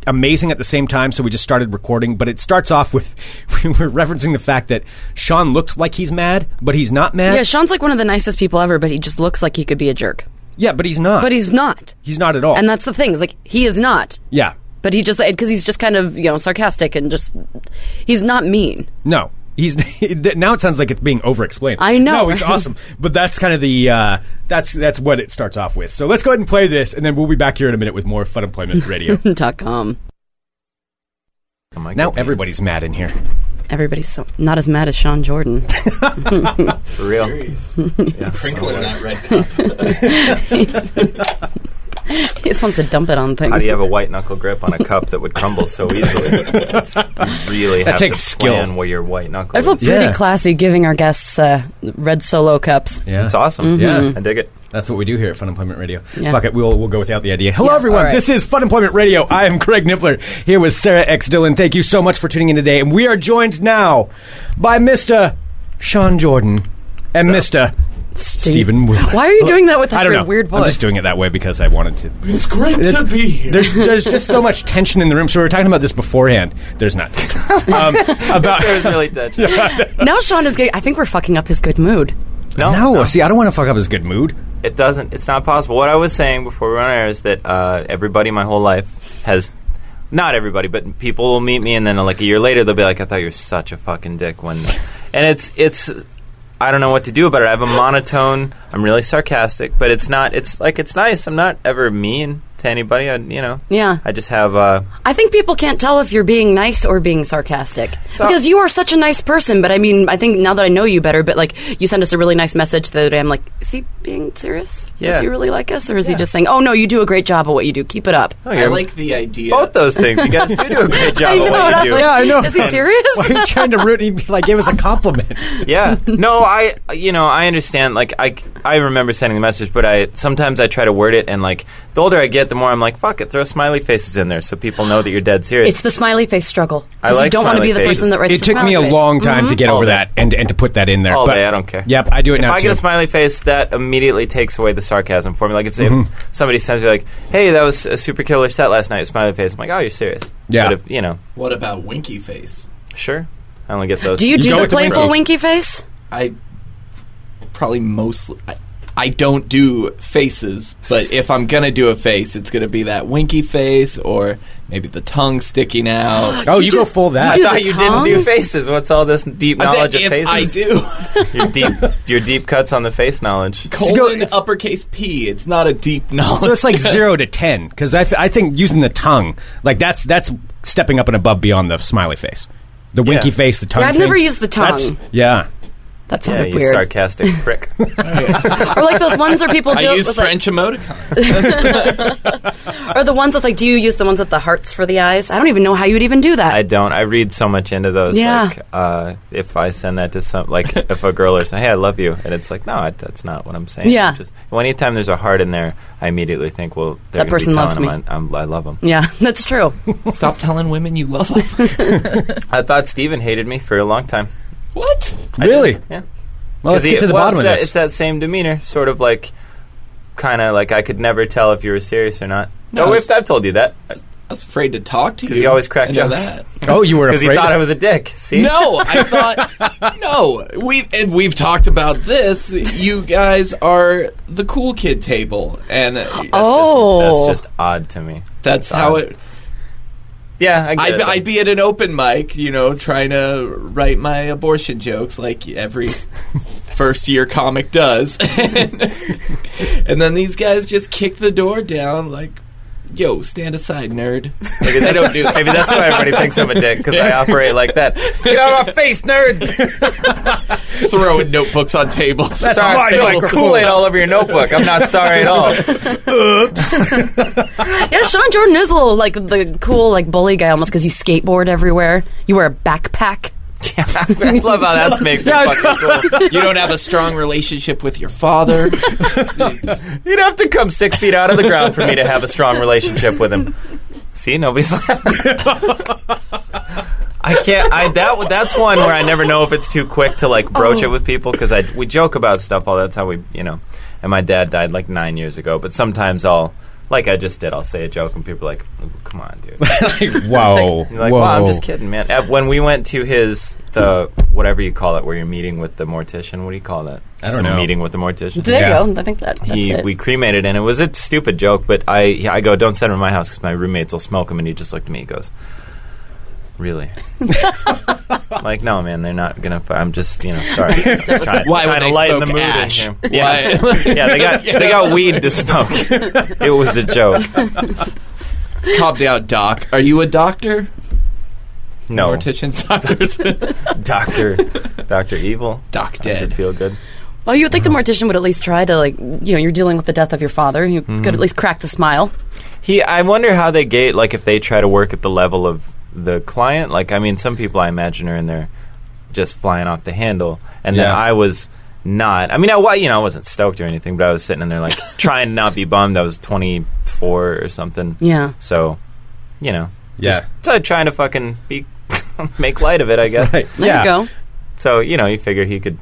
Speaker 6: amazing at the same time. So we just started recording. But it starts off with we were referencing the fact that Sean looked like he's mad, but he's not mad.
Speaker 7: Yeah. Sean's like one of the nicest people ever, but he just looks like he could be a jerk.
Speaker 6: Yeah, but he's not.
Speaker 7: But he's not.
Speaker 6: he's not at all.
Speaker 7: And that's the thing. Is like he is not.
Speaker 6: yeah,
Speaker 7: But he just because he's just kind of you know sarcastic and just he's not mean.
Speaker 6: No. He's now it sounds like it's being over-explained.
Speaker 7: I know,
Speaker 6: No, he's
Speaker 7: right?
Speaker 6: awesome, but that's kind of the uh, that's that's what it starts off with. So let's go ahead and play this, and then we'll be back here in a minute with more Fun Employment Radio.
Speaker 7: Dot com.
Speaker 6: now everybody's mad in here.
Speaker 7: Everybody's so not as mad as Sean Jordan.
Speaker 5: For real.
Speaker 8: Crinkling that red cup.
Speaker 7: he just wants to dump it on things.
Speaker 5: How do you have a white knuckle grip on a cup that would crumble so easily? It's, you really
Speaker 6: That
Speaker 5: have
Speaker 6: takes
Speaker 5: to
Speaker 6: skill.
Speaker 5: plan where your white knuckle
Speaker 7: I feel
Speaker 5: is.
Speaker 7: pretty
Speaker 6: Yeah.
Speaker 7: classy giving our guests uh, red solo cups.
Speaker 6: Yeah,
Speaker 5: It's awesome.
Speaker 6: Mm-hmm. Yeah.
Speaker 5: I dig it.
Speaker 6: that's what we do here at Fun Employment Radio.
Speaker 7: Yeah.
Speaker 6: Fuck it, we'll we'll go without the idea. Hello,
Speaker 7: Yeah,
Speaker 6: everyone.
Speaker 7: all right.
Speaker 6: This is Fun Employment Radio. I am Craig Nippler here with Sarah X Dillon. Thank you so much for tuning in today, and we are joined now by Mister Sean Jordan and Mister Stephen. Wilmer.
Speaker 7: Why are you doing that with
Speaker 6: I
Speaker 7: that
Speaker 6: don't
Speaker 7: weird,
Speaker 6: know.
Speaker 7: weird voice?
Speaker 6: I'm just doing it that way because I wanted to.
Speaker 8: It's great to be here.
Speaker 6: There's there's just so much tension in the room. So we were talking about this beforehand. There's not tension. um, about
Speaker 5: It was really touching.
Speaker 7: now Sean is getting. I think we're fucking up his good mood.
Speaker 5: No,
Speaker 6: no, See, I don't want to fuck up his good mood.
Speaker 5: it doesn't. It's not possible. What I was saying before we were on air is that uh, everybody my whole life has. Not everybody, but people will meet me, and then like a year later, they'll be like, "I thought you were such a fucking dick." When, and it's it's, I don't know what to do about it. I have a monotone. I'm really sarcastic, but it's not. It's like it's nice. I'm not ever mean to anybody. I, you know,
Speaker 7: Yeah,
Speaker 5: I just have. Uh,
Speaker 7: I think people can't tell if you're being nice or being sarcastic
Speaker 5: So-
Speaker 7: because you are such a nice person. But I mean, I think now that I know you better, but like you sent us a really nice message the other day. I'm like, is he being serious?
Speaker 5: Yeah.
Speaker 7: Does he really like us, or is he just saying, "Oh no, you do a great job of what you do. Keep it up."
Speaker 5: oh,
Speaker 8: I
Speaker 5: you're-
Speaker 8: like the idea.
Speaker 5: both those things. You guys do do a great job
Speaker 7: I know. and
Speaker 5: of what
Speaker 7: I'm
Speaker 5: you do.
Speaker 7: like,
Speaker 6: Yeah, I know.
Speaker 7: Is he serious?
Speaker 6: Why are you trying to root? He like gave us a compliment.
Speaker 5: yeah. No, I you know I understand. Like I I remember sending the message, but I sometimes I try to word it, and like the older I get, the more I'm like, fuck it, throw smiley faces in there so people know that you're dead serious.
Speaker 7: It's the smiley face struggle. 'Cause
Speaker 5: I
Speaker 7: you
Speaker 5: like
Speaker 7: don't want to be
Speaker 5: smiley
Speaker 7: the
Speaker 5: faces.
Speaker 7: person that writes.
Speaker 6: It
Speaker 7: the
Speaker 6: took me a
Speaker 7: smiley face.
Speaker 6: long time to get
Speaker 5: All
Speaker 6: over
Speaker 5: day.
Speaker 6: that and and to put that in there.
Speaker 5: all
Speaker 6: but,
Speaker 5: day, I don't care.
Speaker 6: Yep, I do it
Speaker 5: if
Speaker 6: now
Speaker 5: I
Speaker 6: too.
Speaker 5: get a smiley face, that immediately takes away the sarcasm for me. Like if, say, if
Speaker 8: Mm-hmm.
Speaker 5: somebody sends me like, "Hey, that was a super killer set last night," smiley face, I'm like, "Oh, you're serious."
Speaker 6: Yeah.
Speaker 5: But if, you know,
Speaker 8: What about winky face?
Speaker 5: sure. I only get those.
Speaker 7: Do you do
Speaker 6: go
Speaker 7: the
Speaker 6: with the
Speaker 7: playful
Speaker 6: winky.
Speaker 7: winky face?
Speaker 8: I probably mostly. I, I don't do faces, but if I'm gonna do a face, it's gonna be that winky face or maybe the tongue sticking out.
Speaker 6: oh, you, go full that.
Speaker 5: I
Speaker 7: do
Speaker 5: thought
Speaker 7: the
Speaker 5: you
Speaker 7: tongue?
Speaker 5: didn't do faces. What's all this deep
Speaker 8: I
Speaker 5: knowledge of
Speaker 8: said if I
Speaker 5: faces?
Speaker 8: do
Speaker 5: Your deep, your deep cuts on the face knowledge.
Speaker 8: colon uppercase P, it's not a deep knowledge.
Speaker 6: So it's like zero to ten because I, f- I think using the tongue like that's that's stepping up and above beyond the smiley face, the winky face, the tongue.
Speaker 7: Yeah, I've never
Speaker 6: thing.
Speaker 7: used the tongue.
Speaker 6: That's- yeah,
Speaker 7: That
Speaker 5: Yeah,
Speaker 7: sounded
Speaker 5: you
Speaker 7: weird.
Speaker 5: sarcastic prick.
Speaker 7: or like those ones where people do
Speaker 8: I
Speaker 7: it
Speaker 8: use
Speaker 7: with like,
Speaker 8: French emoticons.
Speaker 7: or the ones with like, do you use the ones with the hearts for the eyes? I don't even know how you would even do that.
Speaker 5: I don't. I read so much into those.
Speaker 7: Yeah.
Speaker 5: Like, uh, if I send that to some, like, if a girl or saying, "Hey, I love you," and it's like, "No, I, that's not what I'm saying."
Speaker 7: Yeah.
Speaker 5: Just, well, anytime there's a heart in there, I immediately think, "Well, they're
Speaker 7: That
Speaker 5: gonna
Speaker 7: person
Speaker 5: be
Speaker 7: loves
Speaker 5: telling
Speaker 7: me.
Speaker 5: him I, I'm, I love him."
Speaker 7: yeah, that's true.
Speaker 8: Stop telling women you love them.
Speaker 5: I thought Steven hated me for a long time.
Speaker 8: What?
Speaker 6: Really?
Speaker 5: Yeah.
Speaker 6: Well, Oh,
Speaker 5: Because
Speaker 6: let's
Speaker 5: he-
Speaker 6: get to the
Speaker 5: well,
Speaker 6: bottom
Speaker 5: it's
Speaker 6: of
Speaker 5: that,
Speaker 6: this.
Speaker 5: It's that same demeanor, sort of like, kind of like I could never tell if you were serious or not.
Speaker 8: No,
Speaker 5: No,
Speaker 8: it's-
Speaker 5: I've, I've told you that
Speaker 8: I was afraid to talk to you.
Speaker 5: 'Cause you always crack
Speaker 8: I know
Speaker 5: jokes.
Speaker 8: that.
Speaker 6: oh, you were
Speaker 5: because
Speaker 6: afraid.
Speaker 5: he thought
Speaker 6: of-
Speaker 5: I was a dick. See,
Speaker 8: No, I thought no. We and we've talked about this. You guys are the cool kid table, and
Speaker 5: That's
Speaker 7: Oh.
Speaker 5: just, that's just odd to me.
Speaker 8: that's how it.
Speaker 5: Yeah, I get
Speaker 8: I'd,
Speaker 5: it.
Speaker 8: I'd be at an open mic, you know, trying to write my abortion jokes like every first year comic does, and then these guys just kick the door down like. Yo, stand aside, nerd.
Speaker 5: Maybe
Speaker 8: They
Speaker 5: that's,
Speaker 8: don't do that.
Speaker 5: maybe that's why everybody thinks I'm a dick because I operate like that. Get out of my face, nerd!
Speaker 8: Throwing notebooks on tables.
Speaker 5: sorry, I spilled Kool Aid all over your notebook. I'm not sorry at all.
Speaker 7: yeah, Sean Jordan is a little like the cool like bully guy almost because you skateboard everywhere. You wear a backpack.
Speaker 5: I love how that makes me fucking cool.
Speaker 8: You don't have a strong relationship with your father.
Speaker 5: You'd have to come six feet out of the ground for me to have a strong relationship with him. See, nobody's. I can't. I that that's one where I never know if it's too quick to like broach it with people because I we joke about stuff. All that's how we you know. And my dad died like nine years ago, but sometimes I'll like I just did. I'll say a joke and people are like, "Oh, "Come on, dude."
Speaker 6: Whoa.
Speaker 5: You're like,
Speaker 6: Whoa.
Speaker 5: well, I'm just kidding, man. Uh, When we went to his the whatever you call it, where you're meeting with the mortician. What do you call that?
Speaker 6: I don't
Speaker 5: The
Speaker 6: know.
Speaker 5: Meeting with the mortician.
Speaker 7: There
Speaker 6: Yeah.
Speaker 7: you go. I think that that's
Speaker 5: He,
Speaker 7: it.
Speaker 5: we cremated, and it was a stupid joke. But I, yeah, I go, don't send him to my house because my roommates will smoke him. And he just looked at me. He goes, really? I'm like, no, man, they're not gonna. F- I'm just, you know, sorry. Trying-
Speaker 8: Why would
Speaker 5: trying to
Speaker 8: they
Speaker 5: lighten the
Speaker 8: smoke
Speaker 5: mood in
Speaker 8: ash?
Speaker 5: here. Yeah,
Speaker 8: Why-
Speaker 5: yeah, they got they got weed to smoke. it was a joke.
Speaker 8: Calm down, Doc. Are you a doctor?
Speaker 5: No,
Speaker 8: Morticians, doctors,
Speaker 5: Doctor, Doctor Evil,
Speaker 8: Doc
Speaker 5: Doctor
Speaker 8: dead.
Speaker 5: Feel Good.
Speaker 7: well, you would think the mortician would at least try to like you know you're dealing with the death of your father. You
Speaker 6: Mm-hmm.
Speaker 7: could at least crack a smile.
Speaker 5: He, I wonder how they gate. Like, if they try to work at the level of the client. Like, I mean, some people I imagine are in there just flying off the handle, and then
Speaker 6: Yeah.
Speaker 5: I was not. I mean, I wa- you know, I wasn't stoked or anything, but I was sitting in there like trying to not be bummed. I was twenty four or something,
Speaker 7: Yeah.
Speaker 5: so you know,
Speaker 6: Yeah.
Speaker 5: so trying to fucking be make light of it, I guess.
Speaker 6: Right.
Speaker 7: There
Speaker 6: yeah.
Speaker 7: you go.
Speaker 5: So you know, you figure he could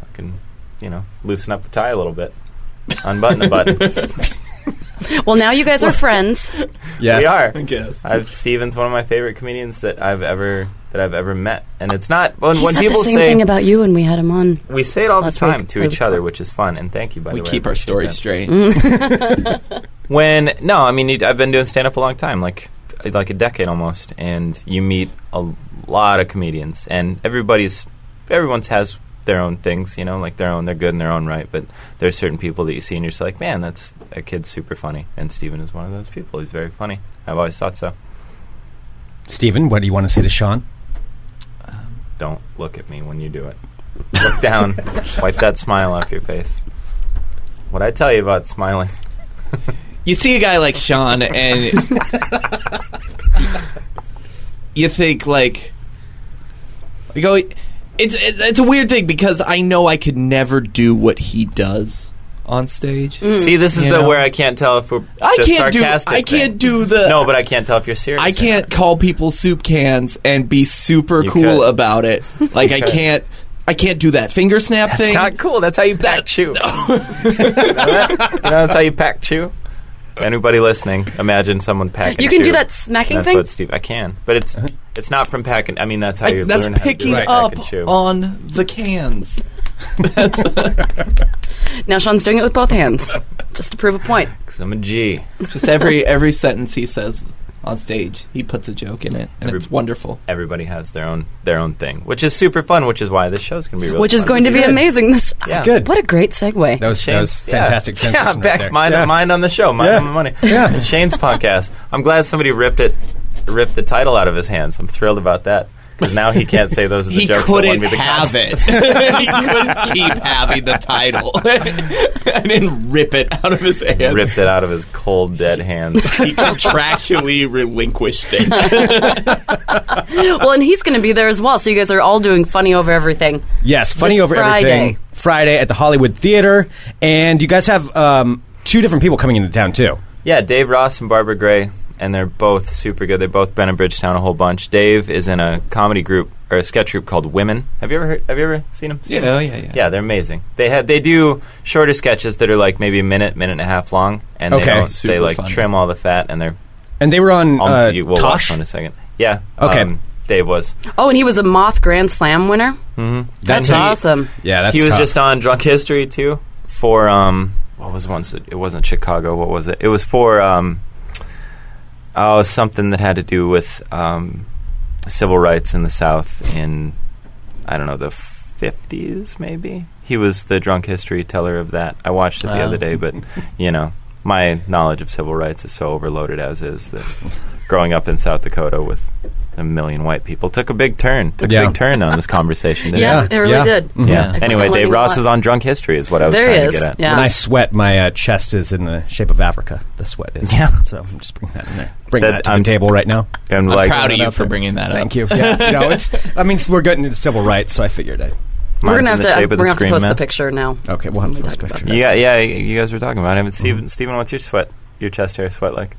Speaker 5: fucking you know loosen up the tie a little bit, unbutton a button.
Speaker 7: Well, now you guys are friends.
Speaker 6: Yes.
Speaker 5: We are.
Speaker 8: I guess.
Speaker 5: I've Steven's one of my favorite comedians that I've ever that I've ever met, and it's not when,
Speaker 7: He
Speaker 5: when
Speaker 7: said
Speaker 5: people
Speaker 7: the same
Speaker 5: say
Speaker 7: thing about you when we had him on.
Speaker 5: we say it all the
Speaker 7: last
Speaker 5: time
Speaker 7: week.
Speaker 5: to
Speaker 7: We-
Speaker 5: each other, which is fun. And thank you by
Speaker 8: We
Speaker 5: the way.
Speaker 8: keep
Speaker 5: I
Speaker 8: our
Speaker 5: appreciate
Speaker 8: story
Speaker 5: that. Mm.
Speaker 8: straight.
Speaker 5: When no, I mean you- I've been doing stand up a long time, like like a decade almost, and you meet a lot of comedians, and everybody's everyone's has their own things, you know, like their own they're good in their own right, but there's certain people that you see and you're just like, man, that's that kid's super funny, and Steven is one of those people. He's very funny. I've always thought so.
Speaker 6: Stephen, what do you want to say to Sean?
Speaker 5: Don't look at me when you do it. Look down. wipe that smile off your face. What I tell you about smiling.
Speaker 8: You see a guy like Sean, and you think like, you go. It's it's a weird thing because I know I could never do what he does on stage.
Speaker 5: See, this is
Speaker 8: Mm. You
Speaker 5: the
Speaker 8: know?
Speaker 5: where I can't tell if we're
Speaker 8: I
Speaker 5: Mm. it's a
Speaker 8: can't do.
Speaker 5: sarcastic
Speaker 8: I
Speaker 5: thing.
Speaker 8: can't do the.
Speaker 5: No, but I can't tell if you're serious.
Speaker 8: I
Speaker 5: or
Speaker 8: can't call people soup cans and be super
Speaker 5: You
Speaker 8: cool
Speaker 5: could.
Speaker 8: about it. Like I
Speaker 5: could.
Speaker 8: can't. I can't do that finger snap
Speaker 5: not.
Speaker 8: thing.
Speaker 5: It's not cool. That's how you pack chew. you know that? You know that's how you pack chew. Anybody listening, imagine someone packing.
Speaker 7: You can do
Speaker 5: chew.
Speaker 7: that smacking
Speaker 5: That's
Speaker 7: thing?
Speaker 5: what Steve. I can, but it's it's not from packing. I mean, that's how
Speaker 8: Uh-huh. I-
Speaker 5: you
Speaker 8: that's
Speaker 5: learn how to do
Speaker 8: picking
Speaker 5: pack
Speaker 8: up
Speaker 5: and chew.
Speaker 8: on the cans.
Speaker 7: Now Sean's doing it with both hands, just to prove a point.
Speaker 5: 'Cause I'm a G.
Speaker 8: Just every every sentence he says on stage, he puts a joke in it, and
Speaker 5: Every-
Speaker 8: it's wonderful.
Speaker 5: Everybody has their own their own thing, which is super fun. Which is why this show's gonna be really
Speaker 7: Which is
Speaker 5: fun
Speaker 7: going to
Speaker 5: do.
Speaker 7: be amazing. This
Speaker 5: Yeah.
Speaker 6: good.
Speaker 7: What a great segue.
Speaker 6: That was, that was
Speaker 5: Shane's
Speaker 6: fantastic
Speaker 5: Yeah, yeah
Speaker 6: transition right
Speaker 5: back
Speaker 6: there.
Speaker 5: mine,
Speaker 6: Yeah.
Speaker 5: mine on the show, mine
Speaker 6: Yeah.
Speaker 5: on the money.
Speaker 6: Yeah.
Speaker 5: Shane's podcast. I'm glad somebody ripped it, ripped the title out of his hands. I'm thrilled about that because now he can't say those are the
Speaker 8: he
Speaker 5: jokes that won
Speaker 8: couldn't
Speaker 5: me the
Speaker 8: have
Speaker 5: contest.
Speaker 8: it. he couldn't keep having the title. I didn't rip it out of his hands.
Speaker 5: Ripped it out of his cold dead hands.
Speaker 8: He contractually relinquished it.
Speaker 7: well, and he's going to be there as well. So you guys are all doing funny over everything.
Speaker 6: Yes, funny
Speaker 7: This
Speaker 6: over
Speaker 7: Friday.
Speaker 6: everything. Friday at the Hollywood Theater, and you guys have um, two different people coming into town too.
Speaker 5: Yeah, Dave Ross and Barbara Gray, and they're both super good. They've both been in Bridgetown a whole bunch. Dave is in a comedy group or a sketch group called Women. Have you ever heard, have you ever seen them?
Speaker 8: Yeah, yeah, yeah.
Speaker 5: Yeah, they're amazing. They have they do shorter sketches that are like maybe a minute, minute and a half long, and
Speaker 6: Okay.
Speaker 5: they don't,
Speaker 8: Super
Speaker 5: they like
Speaker 8: fun.
Speaker 5: trim all the fat, and they're
Speaker 6: And they were on
Speaker 5: on,
Speaker 6: uh,
Speaker 5: Um, you, we'll
Speaker 6: Tosh.
Speaker 5: watch one in a second. Yeah, um,
Speaker 6: Okay.
Speaker 5: Dave was.
Speaker 7: Oh, and he was a Moth Grand Slam winner.
Speaker 8: Mm-hmm.
Speaker 7: That's
Speaker 5: he-
Speaker 7: awesome.
Speaker 6: yeah, that's
Speaker 5: he was
Speaker 6: tough.
Speaker 5: just on Drunk History too for um what was once it wasn't Chicago what was it it was for um oh something that had to do with um civil rights in the South in I don't know the fifties maybe he was the Drunk History teller of that I watched it the
Speaker 8: Oh.
Speaker 5: other day but you know my knowledge of civil rights is so overloaded as is that growing up in South Dakota with a million white people took a big turn took
Speaker 6: Yeah.
Speaker 5: a big turn on this conversation didn't
Speaker 7: Yeah,
Speaker 6: Yeah,
Speaker 7: it really
Speaker 6: yeah. Mm-hmm.
Speaker 7: did.
Speaker 5: yeah.
Speaker 7: I think
Speaker 5: Anyway,
Speaker 7: I'm
Speaker 5: Dave
Speaker 7: learning a
Speaker 5: Ross
Speaker 7: lot.
Speaker 5: is on Drunk History, is what I was
Speaker 7: There
Speaker 5: trying
Speaker 7: he is.
Speaker 5: to get at.
Speaker 7: Yeah.
Speaker 6: When I sweat, my uh, chest is in the shape of Africa. The sweat is.
Speaker 5: Yeah.
Speaker 6: So I'm just bringing that in there. Bring
Speaker 5: That-
Speaker 6: that, to
Speaker 5: I'm-
Speaker 6: the table right now.
Speaker 5: And
Speaker 8: I'm
Speaker 5: like,
Speaker 8: proud of you
Speaker 6: up
Speaker 8: for
Speaker 6: there.
Speaker 8: bringing that
Speaker 6: Thank
Speaker 8: up.
Speaker 6: you. Yeah. no, it's. I mean, we're getting into civil rights, so I figured I.
Speaker 7: We're
Speaker 5: mine's
Speaker 7: gonna have
Speaker 5: in
Speaker 7: to.
Speaker 5: the shape
Speaker 7: We're
Speaker 5: of the
Speaker 7: gonna have to
Speaker 5: screen
Speaker 7: post the
Speaker 5: mask.
Speaker 7: picture now.
Speaker 6: Okay, we'll have to
Speaker 7: We
Speaker 6: post
Speaker 7: talked
Speaker 6: picture.
Speaker 7: about
Speaker 5: Yeah, yeah. You guys were talking about it. But
Speaker 8: Mm-hmm.
Speaker 5: Steven, Steven, what's your sweat? Your chest hair sweat like?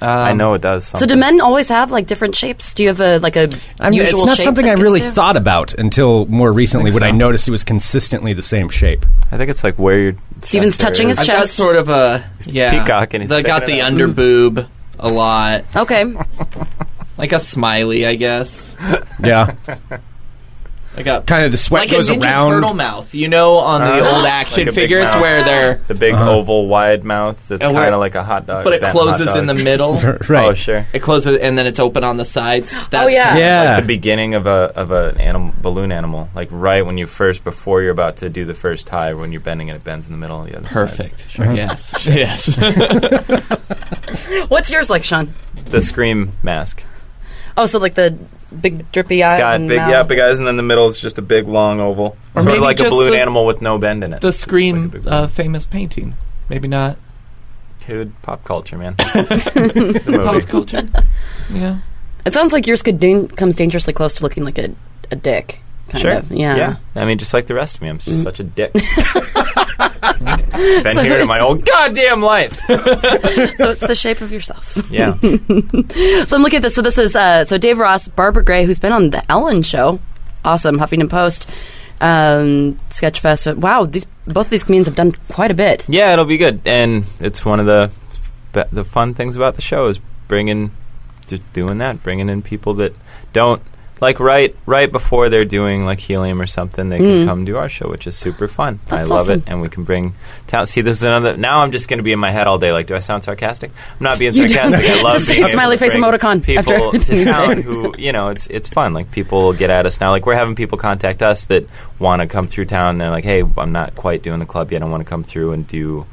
Speaker 5: I
Speaker 8: Um,
Speaker 5: know it does.
Speaker 7: So
Speaker 5: Something.
Speaker 7: do men always have like different shapes? Do you have a like a
Speaker 6: I mean,
Speaker 7: usual
Speaker 6: it's not
Speaker 7: shape
Speaker 6: something I
Speaker 7: that gets
Speaker 6: really
Speaker 7: you?
Speaker 6: thought about until more recently
Speaker 5: Think
Speaker 6: when I
Speaker 5: so.
Speaker 6: noticed it was consistently the same shape.
Speaker 5: I think it's like where your
Speaker 7: Steven's
Speaker 5: chest hair
Speaker 7: touching
Speaker 5: is.
Speaker 7: his
Speaker 8: I've got
Speaker 7: chest.
Speaker 8: sort of a yeah.
Speaker 5: peacock and he's
Speaker 8: I got
Speaker 5: sticking
Speaker 8: the
Speaker 5: it out.
Speaker 8: under boob a lot,
Speaker 7: Okay,
Speaker 8: like a smiley, I guess.
Speaker 6: Yeah,
Speaker 8: I got
Speaker 6: kind of the sweat
Speaker 8: like a
Speaker 6: goes
Speaker 8: Ninja
Speaker 6: around.
Speaker 8: Turtle mouth, you know, on the
Speaker 5: Uh,
Speaker 8: old
Speaker 5: like
Speaker 8: action
Speaker 5: a big
Speaker 8: figures
Speaker 5: mouth.
Speaker 8: where they're
Speaker 5: The big
Speaker 6: Uh-huh.
Speaker 5: oval, wide mouth that's
Speaker 8: And where-
Speaker 5: kind of like a hot dog,
Speaker 8: but it
Speaker 5: bent
Speaker 8: closes
Speaker 5: hot
Speaker 8: in the
Speaker 5: dog.
Speaker 8: middle.
Speaker 6: right.
Speaker 5: Oh sure.
Speaker 8: It closes and then it's open on the sides.
Speaker 5: Oh,
Speaker 8: That's
Speaker 7: yeah.
Speaker 8: kinda
Speaker 6: Yeah.
Speaker 5: Like the beginning of a of an animal balloon animal, like right when you first before you're about to do the first tie, when you're bending and it bends in the middle. Of the other sides. Uh-huh.
Speaker 8: Perfect. Sure. Yes. Yes.
Speaker 7: what's yours like, Sean?
Speaker 5: The scream mask.
Speaker 7: Oh, so like the big drippy eyes.
Speaker 5: Got
Speaker 7: and
Speaker 5: big,
Speaker 7: mouth.
Speaker 5: yeah, big eyes, and then the middle is just a big long oval,
Speaker 8: Or
Speaker 5: sort
Speaker 8: maybe
Speaker 5: of like a
Speaker 8: just
Speaker 5: balloon
Speaker 8: the-
Speaker 5: animal with no bend in it.
Speaker 8: the
Speaker 5: Like a
Speaker 8: Scream
Speaker 5: big
Speaker 8: uh, famous painting. Maybe not
Speaker 5: Dude, pop culture, man. the movie.
Speaker 8: pop culture. Yeah.
Speaker 7: It sounds like yours could dan- comes dangerously close to looking like a, a dick. Kind
Speaker 5: Sure.
Speaker 7: Of. Yeah.
Speaker 5: Yeah, I mean, just like the rest of me, I'm
Speaker 8: Mm.
Speaker 5: just such a dick. Been
Speaker 7: So
Speaker 5: here to my
Speaker 7: it's-
Speaker 5: old goddamn life.
Speaker 7: So it's the shape of yourself.
Speaker 5: Yeah,
Speaker 7: So I'm looking at this. So this is uh, so Dave Ross, Barbara Gray, who's been on the Ellen Show, awesome Huffington Post, um, Sketchfest. Wow, these both of these comedians have done quite a bit.
Speaker 5: yeah, it'll be good, and it's one of the be- the fun things about the show is bringing just doing that, bringing in people that don't like right right before they're doing like helium or something, they can come do our show, which is super fun. I
Speaker 7: Mm. That's
Speaker 5: love
Speaker 7: awesome.
Speaker 5: it, and we can bring talent. See, this is another. Now I'm just going to be in my head all day. Like, do I sound sarcastic? I'm not being
Speaker 7: You don't.
Speaker 5: sarcastic. I love
Speaker 7: Just say
Speaker 5: being able
Speaker 7: smiley
Speaker 5: to
Speaker 7: face
Speaker 5: bring
Speaker 7: emoticon after
Speaker 5: People
Speaker 7: everything you say.
Speaker 5: to town who you know, it's it's fun. Like people get at us now. Like we're having people contact us that want to come through town. And they're like, hey, I'm not quite doing the club yet. I want to come through and do.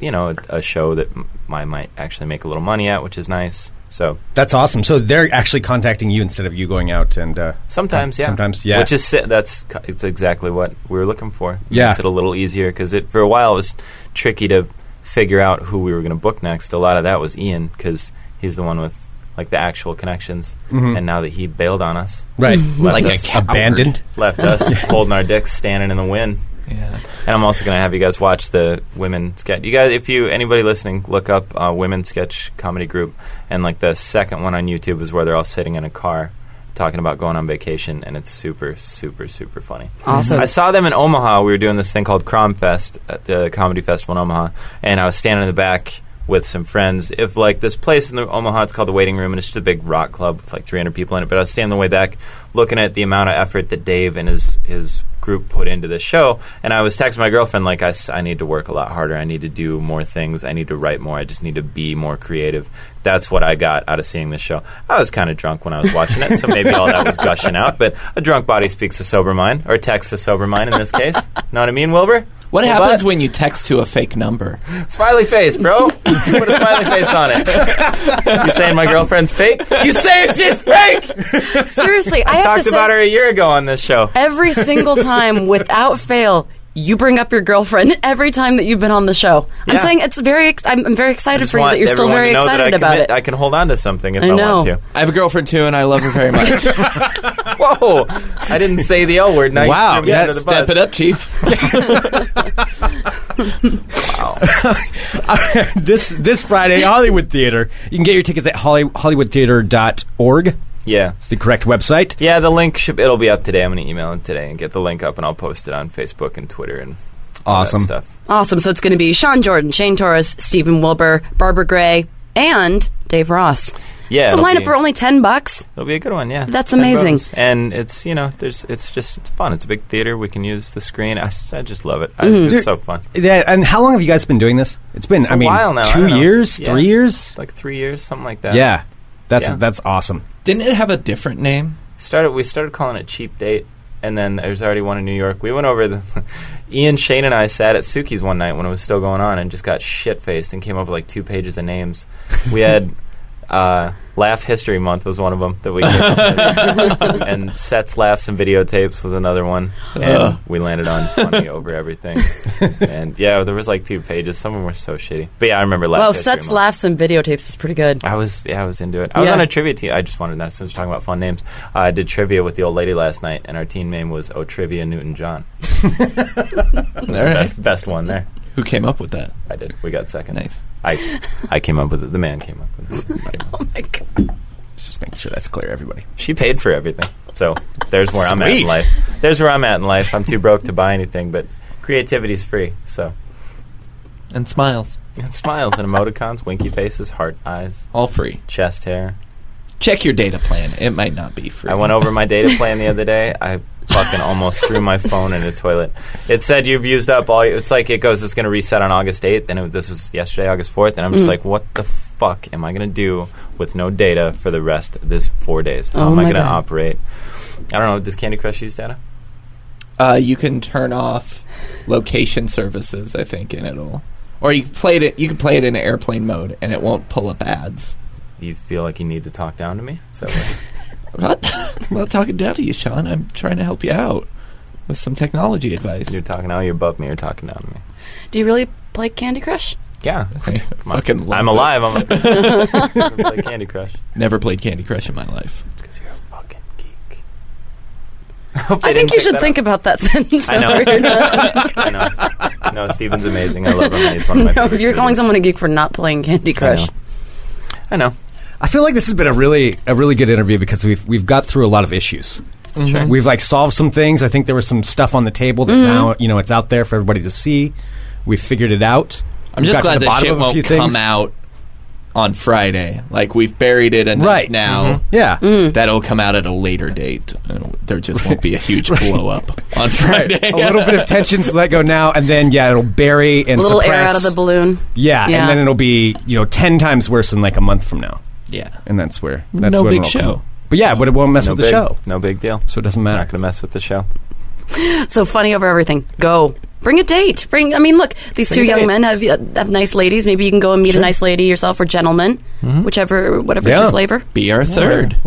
Speaker 5: You know, a, a show that m- I might actually make a little money at, which is nice. So
Speaker 6: That's awesome. So they're actually contacting you instead of you going out and. Uh,
Speaker 5: Sometimes, yeah.
Speaker 6: Sometimes, yeah.
Speaker 5: Which is si- that's cu- it's exactly what we were looking for.
Speaker 6: Yeah.
Speaker 5: makes it a little easier because it for a while it was tricky to figure out who we were going to book next. A lot of that was Ian because he's the one with like the actual connections,
Speaker 6: Mm.
Speaker 5: and now that he bailed on us,
Speaker 6: Mm-hmm. right.
Speaker 5: Like a
Speaker 6: Just
Speaker 5: coward.
Speaker 6: abandoned.
Speaker 5: left us holding our dicks, standing in the wind.
Speaker 8: Yeah.
Speaker 5: And I'm also going to have you guys watch the women sketch. You guys, if you anybody listening, look up uh, women sketch comedy group, and like the second one on YouTube is where they're all sitting in a car talking about going on vacation, and it's super, super, super funny.
Speaker 7: Awesome.
Speaker 5: I saw them in Omaha. We were doing this thing called Cromfest at the comedy festival in Omaha, and I was standing in the back with some friends. If like this place in the Omaha, it's called the Waiting Room, and it's just a big rock club with like 300 people in it. But I was standing the way back, looking at the amount of effort that Dave and his his group put into this show, and I was texting my girlfriend like I, s- I need to work a lot harder. I need to do more things. I need to write more. I just need to be more creative. That's what I got out of seeing this show. I was kind of drunk when I was watching it, so maybe all that was gushing out. But a drunk body speaks a sober mind, or texts a sober mind in this case. Know what I mean, Wilbur?
Speaker 8: What
Speaker 5: Well,
Speaker 8: happens
Speaker 5: but-
Speaker 8: when you text to a fake number?
Speaker 5: Smiley face, bro. Put a smiley face on it. You saying my girlfriend's fake? You saying she's fake?
Speaker 7: Seriously, I, have
Speaker 5: Talked
Speaker 7: to
Speaker 5: about
Speaker 7: say,
Speaker 5: her a year ago on this show.
Speaker 7: every single time without fail you bring up your girlfriend every time that you've been on the show i'm
Speaker 5: Yeah.
Speaker 7: saying it's very ex- I'm, I'm very excited
Speaker 5: Just
Speaker 7: for you
Speaker 5: want
Speaker 7: that you're still
Speaker 5: everyone
Speaker 7: very
Speaker 5: to know
Speaker 7: excited
Speaker 5: that I
Speaker 7: about it
Speaker 5: commit- I can hold on to something if
Speaker 7: I
Speaker 5: I,
Speaker 7: know.
Speaker 5: want to.
Speaker 8: I have a girlfriend too, and I love her very much.
Speaker 5: Whoa! I didn't say the L word. Now
Speaker 6: Wow,
Speaker 5: you threw me
Speaker 6: yeah,
Speaker 5: under the bus.
Speaker 8: Step it up, Chief.
Speaker 6: this this Friday, Hollywood Theater. You can get your tickets at holly, hollywoodtheater.org.
Speaker 5: Yeah.
Speaker 6: It's the correct website.
Speaker 5: Yeah, the link should it'll be up today. I'm gonna email him today and get the link up, and I'll post it on Facebook and Twitter and all
Speaker 6: Awesome.
Speaker 5: that stuff.
Speaker 7: awesome so it's going to be sean jordan shane torres stephen wilbur barbara gray and dave ross
Speaker 5: Yeah,
Speaker 7: it's a
Speaker 5: it'll
Speaker 7: lineup
Speaker 5: be,
Speaker 7: for only 10 bucks
Speaker 5: it'll be a good one. Yeah,
Speaker 7: That's
Speaker 5: 10
Speaker 7: amazing.
Speaker 5: bucks. And it's you know there's it's just it's fun. It's a big theater. We can use the screen. I, s- I just love it. I,
Speaker 7: Mm-hmm.
Speaker 5: It's so fun.
Speaker 6: Yeah, and how long have you guys been doing this? It's been,
Speaker 5: It's
Speaker 6: I
Speaker 5: a
Speaker 6: mean,
Speaker 5: while now, I
Speaker 6: two
Speaker 5: don't know.
Speaker 6: years,
Speaker 5: Yeah.
Speaker 6: three years.
Speaker 5: Like three years, something like that.
Speaker 6: Yeah, that's
Speaker 5: Yeah.
Speaker 6: that's awesome.
Speaker 8: Didn't it have a different name?
Speaker 5: started we started calling it cheap date and then there's already one in new york we went over the ian shane and i sat at suki's one night when it was still going on and just got shit faced and came up with like two pages of names we had uh, laugh history month was one of them that we came up with. and sets laughs and videotapes was another one and
Speaker 8: Ugh.
Speaker 5: we landed on funny over everything and yeah there was like two pages some of them were so shitty but yeah i remember laugh
Speaker 7: wow
Speaker 5: history
Speaker 7: sets
Speaker 5: month.
Speaker 7: laughs and videotapes is pretty good
Speaker 5: I was yeah, I was into it. I was
Speaker 7: Yeah.
Speaker 5: on a trivia team. I just wanted that since we're talking about fun names. Uh, I did trivia with the old lady last night, and our team name was O'Trivia Newton John.
Speaker 8: All right.
Speaker 5: Best best one there.
Speaker 8: Who came up with that?
Speaker 5: I did. We got second.
Speaker 8: Nice.
Speaker 5: I I came up with it. The man came up with it.
Speaker 7: oh my god
Speaker 6: Let's just making sure that's clear, everybody.
Speaker 5: She paid for everything. So there's where I'm at in
Speaker 6: Sweet.
Speaker 5: life. There's where I'm at in life. I'm too broke to buy anything, but creativity's free. So
Speaker 8: And smiles.
Speaker 5: and smiles and emoticons, winky faces, heart eyes,
Speaker 8: All free.
Speaker 5: chest hair.
Speaker 8: Check your data plan. It might not be free.
Speaker 5: I went over my data plan the other day. I fucking almost threw my phone in the toilet. It said you've used up all. Your, it's like it goes. It's going to reset on August eighth, and it, this was yesterday, August fourth. And I'm
Speaker 7: Mm.
Speaker 5: just like, what the fuck am I going to do with no data for the rest of this four days? How
Speaker 7: Oh
Speaker 5: am
Speaker 7: my
Speaker 5: I going to
Speaker 7: God.
Speaker 5: operate? I don't know. Does Candy Crush use data?
Speaker 8: Uh, you can turn off location services, I think, and it'll. Or you can play it. You can play it in airplane mode, and it won't pull up ads.
Speaker 5: Do you feel like you need to talk down to me? So
Speaker 8: I'm not, I'm not talking down to you, Sean. I'm trying to help you out with some technology advice.
Speaker 5: you're talking now. You're above me. You're talking down to me.
Speaker 7: do you really play candy crush
Speaker 5: Yeah,
Speaker 8: Okay.
Speaker 5: Come on.
Speaker 8: Fucking loves
Speaker 5: I'm
Speaker 8: it.
Speaker 5: alive. I'm a I'm gonna play Candy Crush.
Speaker 8: Never played Candy Crush in my life.
Speaker 5: Because you're a fucking geek.
Speaker 7: i think you should think about that sentence
Speaker 5: I know.
Speaker 7: whether or not-
Speaker 5: I know. No, Steven's amazing. I love him. He's one of my
Speaker 7: no,
Speaker 5: favorite
Speaker 7: if you're calling
Speaker 5: comedians.
Speaker 7: someone a geek for not playing candy crush
Speaker 5: I know.
Speaker 6: I feel like this has been a really a really good interview because we've we've got through a lot of issues.
Speaker 5: I know. Sure.
Speaker 6: We've like solved some things. I think there was some stuff on the table
Speaker 7: Mm-hmm.
Speaker 6: that now you know it's out there for everybody to see. We figured it out.
Speaker 8: I'm
Speaker 6: We've
Speaker 8: just
Speaker 6: got to the
Speaker 8: glad that
Speaker 6: bottom
Speaker 8: shit
Speaker 6: of a
Speaker 8: won't
Speaker 6: few
Speaker 8: come
Speaker 6: things.
Speaker 8: out on Friday. Like we've buried it enough
Speaker 6: Right. Mm-hmm.
Speaker 8: now.
Speaker 6: Yeah,
Speaker 8: That'll come out at a later date. Uh, there just won't be a huge blow up on Friday.
Speaker 6: a little bit of tensions let go now, and then yeah, it'll bury and
Speaker 7: a little
Speaker 6: suppress.
Speaker 7: air out of the balloon
Speaker 6: Yeah,
Speaker 7: Yeah.
Speaker 6: and then it'll be you know ten times worse in like a month from now,
Speaker 8: yeah.
Speaker 6: and that's where that's
Speaker 8: No
Speaker 6: when
Speaker 8: big
Speaker 6: it'll come
Speaker 8: show.
Speaker 6: out. But yeah, but it won't mess
Speaker 5: no
Speaker 6: with
Speaker 5: big,
Speaker 6: the show,
Speaker 5: No big deal.
Speaker 6: so it doesn't
Speaker 5: I'm
Speaker 6: matter.
Speaker 5: not going to mess with the show.
Speaker 7: So funny over everything. Go. Bring a date. Bring. I mean, look, these two
Speaker 5: a
Speaker 7: young
Speaker 5: date.
Speaker 7: men have have nice ladies. Maybe you can go and meet a nice lady yourself or gentleman,
Speaker 5: Mm-hmm.
Speaker 7: whichever, whatever's
Speaker 6: Yeah.
Speaker 7: your flavor.
Speaker 8: Be our third.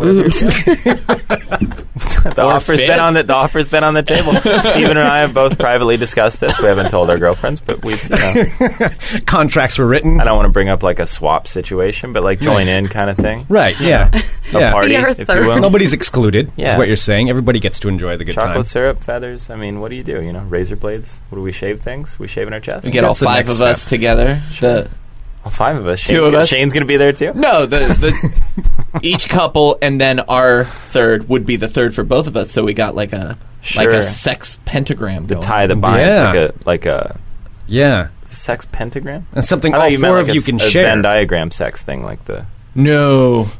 Speaker 5: The offer's
Speaker 8: fifth.
Speaker 5: been on the, the offer's been on the table. Steven and I have both privately discussed this. We haven't told our girlfriends, but we. You know,
Speaker 6: Contracts were written,
Speaker 5: I don't want to bring up like a swap situation, but like join in kind of thing.
Speaker 6: right? Yeah,
Speaker 5: A
Speaker 6: yeah.
Speaker 5: party,
Speaker 7: Be our
Speaker 5: if you
Speaker 7: third.
Speaker 5: will.
Speaker 6: Nobody's excluded.
Speaker 5: Yeah.
Speaker 6: Is what you're saying. Everybody gets to enjoy the good
Speaker 5: Chocolate
Speaker 6: time.
Speaker 5: syrup, feathers. I mean, what do you do? You know, razor blades. What do we shave things? We shave in our chest.
Speaker 8: We get all
Speaker 6: That's the
Speaker 8: five
Speaker 6: next
Speaker 8: of us together. The
Speaker 5: all five of us.
Speaker 8: Two
Speaker 5: Shane's
Speaker 8: of
Speaker 5: gonna-
Speaker 8: us.
Speaker 5: Shane's going to be there too.
Speaker 8: no, the the each couple and then our third would be the third for both of us. So we got like a like
Speaker 5: Sure.
Speaker 8: a sex pentagram.
Speaker 5: The
Speaker 8: going.
Speaker 5: tie that binds
Speaker 6: Yeah.
Speaker 5: like a like a
Speaker 6: Yeah,
Speaker 5: sex pentagram.
Speaker 6: and something
Speaker 5: I thought
Speaker 6: all
Speaker 5: you meant
Speaker 6: four
Speaker 5: like
Speaker 6: of
Speaker 5: a,
Speaker 6: you
Speaker 5: s-
Speaker 6: can
Speaker 5: a
Speaker 6: share.
Speaker 5: Venn diagram sex thing, like the
Speaker 8: No,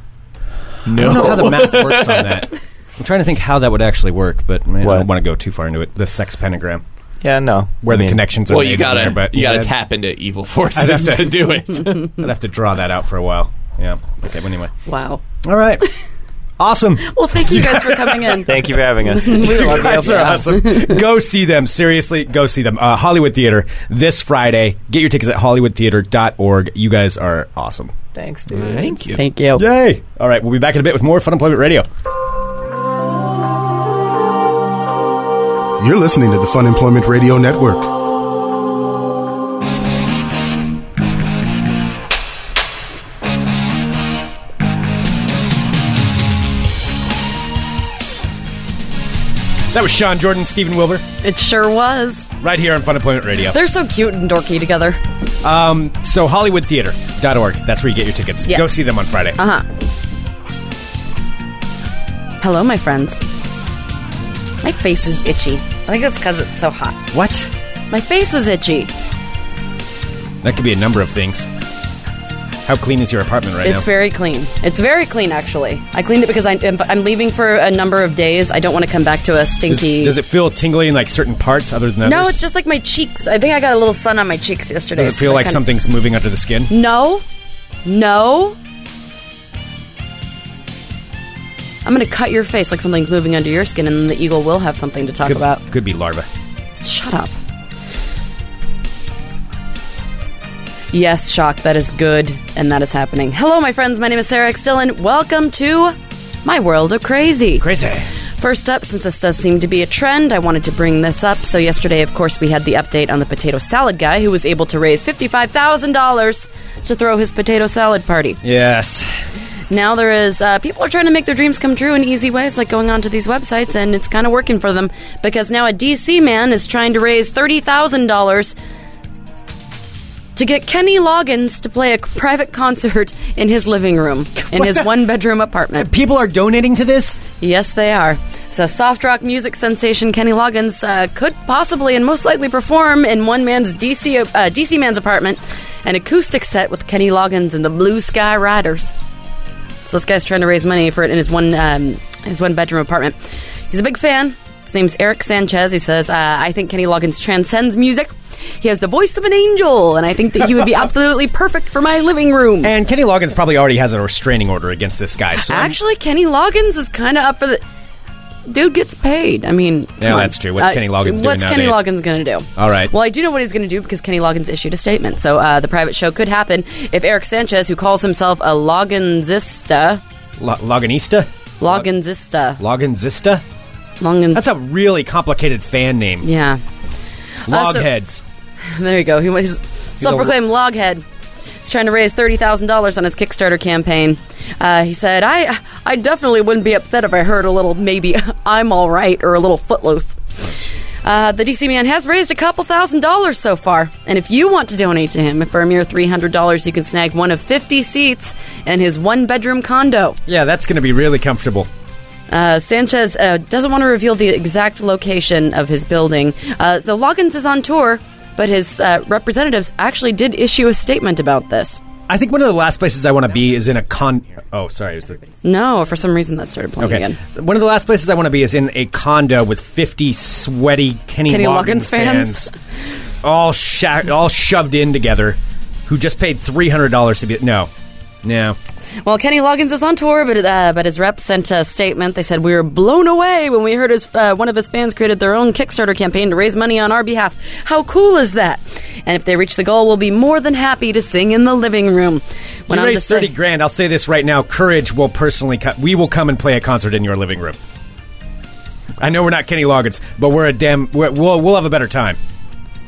Speaker 8: no.
Speaker 6: I don't know how the math works on that. I'm trying to think how that would actually work, but man, I
Speaker 5: What?
Speaker 6: don't want to go too far into it. The sex pentagram,
Speaker 5: yeah, no,
Speaker 6: where
Speaker 5: I
Speaker 6: the
Speaker 5: mean,
Speaker 6: connections are.
Speaker 8: well, you
Speaker 6: made
Speaker 8: gotta
Speaker 6: in there, but
Speaker 8: you
Speaker 6: yeah,
Speaker 8: gotta
Speaker 6: I'd-
Speaker 8: tap into evil
Speaker 6: I'd have
Speaker 8: forces
Speaker 6: to-
Speaker 8: to do it.
Speaker 6: I'd have to draw that out for a while. Yeah. Okay. But anyway,
Speaker 7: Wow.
Speaker 6: all right. Awesome.
Speaker 7: Well, thank you guys for coming in.
Speaker 5: Thank you for having us.
Speaker 7: We
Speaker 6: You
Speaker 7: love you.
Speaker 6: guys are awesome. go see them. Seriously, go see them. Uh, Hollywood Theater this Friday. Get your tickets at hollywoodtheater.org. You guys are awesome.
Speaker 5: Thanks, dude.
Speaker 8: Thank you.
Speaker 7: Thank you.
Speaker 6: Yay. All right, we'll be back in a bit with more Fun Employment Radio.
Speaker 1: You're listening to the Fun Employment Radio Network.
Speaker 6: That was Sean Jordan, Stephen Wilbur,
Speaker 7: It sure was.
Speaker 6: right here on Fun Employment Radio.
Speaker 7: They're so cute and dorky together.
Speaker 6: So hollywoodtheater.org. That's where you get your tickets.
Speaker 7: Yes.
Speaker 6: Go see them on Friday.
Speaker 7: Uh huh. Hello, my friends. My face is itchy. I think that's because it's so hot.
Speaker 6: What?
Speaker 7: My face is itchy.
Speaker 6: That could be a number of things. How clean is your apartment right
Speaker 7: It's
Speaker 6: now?
Speaker 7: very clean. It's very clean, actually. I cleaned it because I, I'm leaving for a number of days. I don't want to come back to a
Speaker 6: Does,
Speaker 7: stinky.
Speaker 6: does it feel tingly in like certain parts other than others?
Speaker 7: no, it's just like my cheeks. I think I got a little sun on my cheeks yesterday.
Speaker 6: Does it
Speaker 7: so
Speaker 6: feel
Speaker 7: that
Speaker 6: like
Speaker 7: kinda-
Speaker 6: something's moving under the skin?
Speaker 7: No, no. I'm gonna cut your face like something's moving under your skin, and then the eagle will have something to talk
Speaker 6: Could,
Speaker 7: about.
Speaker 6: could be larva.
Speaker 7: Shut up. Yes, shock. That is good, and that is happening. Hello, my friends. My name is Sarah X. Dillon. Welcome to my world of crazy.
Speaker 6: Crazy.
Speaker 7: First up, since this does seem to be a trend, I wanted to bring this up. So, yesterday, of course, we had the update on the potato salad guy who was able to raise $55,000 to throw his potato salad party.
Speaker 6: Yes.
Speaker 7: Now there is, uh, people are trying to make their dreams come true in easy ways, like going onto these websites, and it's kind of working for them because now a DC man is trying to raise $30,000 to get Kenny Loggins to play a private concert in his living room, in his one bedroom apartment.
Speaker 6: People are donating to this?
Speaker 7: Yes, they are. So, soft rock music sensation Kenny Loggins uh, could possibly and most likely perform in one man's DC uh, DC man's apartment, an acoustic set with Kenny Loggins and the Blue Sky Riders. So this guy's trying to raise money for it in his one um, his one bedroom apartment. He's a big fan. His name's Eric Sanchez. He says, uh, "I think Kenny Loggins transcends music. He has the voice of an angel, and I think that he would be absolutely perfect for my living room."
Speaker 6: And Kenny Loggins probably already has a restraining order against this guy. So
Speaker 7: Actually, Kenny Loggins is kind of up for the. Dude gets paid. I mean, come
Speaker 6: Yeah,
Speaker 7: on. Uh,
Speaker 6: that's true. What's Kenny Loggins doing
Speaker 7: What's Kenny
Speaker 6: nowadays?
Speaker 7: Loggins going to do?
Speaker 6: All right.
Speaker 7: Well, I do know what he's going to do because Kenny Loggins issued a statement. So uh, the private show could happen if Eric Sanchez, who calls himself a Logginsista,
Speaker 6: Lo- Loganista?
Speaker 7: Logginsista,
Speaker 6: Loganzista?
Speaker 7: Loggins.
Speaker 6: That's a really complicated fan name.
Speaker 7: yeah. Uh, so-
Speaker 6: Logheads.
Speaker 7: There you go. He was self-proclaimed loghead. He's trying to raise thirty thousand dollars on his Kickstarter campaign. Uh, he said, "I, I definitely wouldn't be upset if I heard a little maybe I'm all right or a little footloose." Uh, the DC man has raised a couple thousand dollars so far, and if you want to donate to him for a mere three hundred dollars, you can snag one of fifty seats in his one-bedroom condo.
Speaker 6: yeah, that's going to be really comfortable.
Speaker 7: Uh, Sanchez uh, doesn't want to reveal the exact location of his building. Uh, so Loggins is on tour, but his uh, representatives actually did issue a statement about this.
Speaker 6: I think one of the last places I want to be is in a con. Oh, sorry. It was the-
Speaker 7: No, for some reason that started playing
Speaker 6: Okay.
Speaker 7: again.
Speaker 6: One of the last places I want to be is in a condo with 50 sweaty Kenny,
Speaker 7: Kenny
Speaker 6: Loggins,
Speaker 7: Loggins fans.
Speaker 6: all sha- all shoved in together who just paid $300 to be No. No.
Speaker 7: Well, Kenny Loggins is on tour, but uh, but his rep sent a statement. They said we were blown away when we heard his uh, one of his fans created their own Kickstarter campaign to raise money on our behalf. How cool is that? And if they reach the goal, we'll be more than happy to sing in the living room. Went
Speaker 6: You
Speaker 7: on to
Speaker 6: raised
Speaker 7: say-
Speaker 6: 30 grand. I'll say this right now, Courage will personally co- we will come and play a concert in your living room. I know we're not Kenny Loggins, but we're a damn we're, we'll we'll have a better time.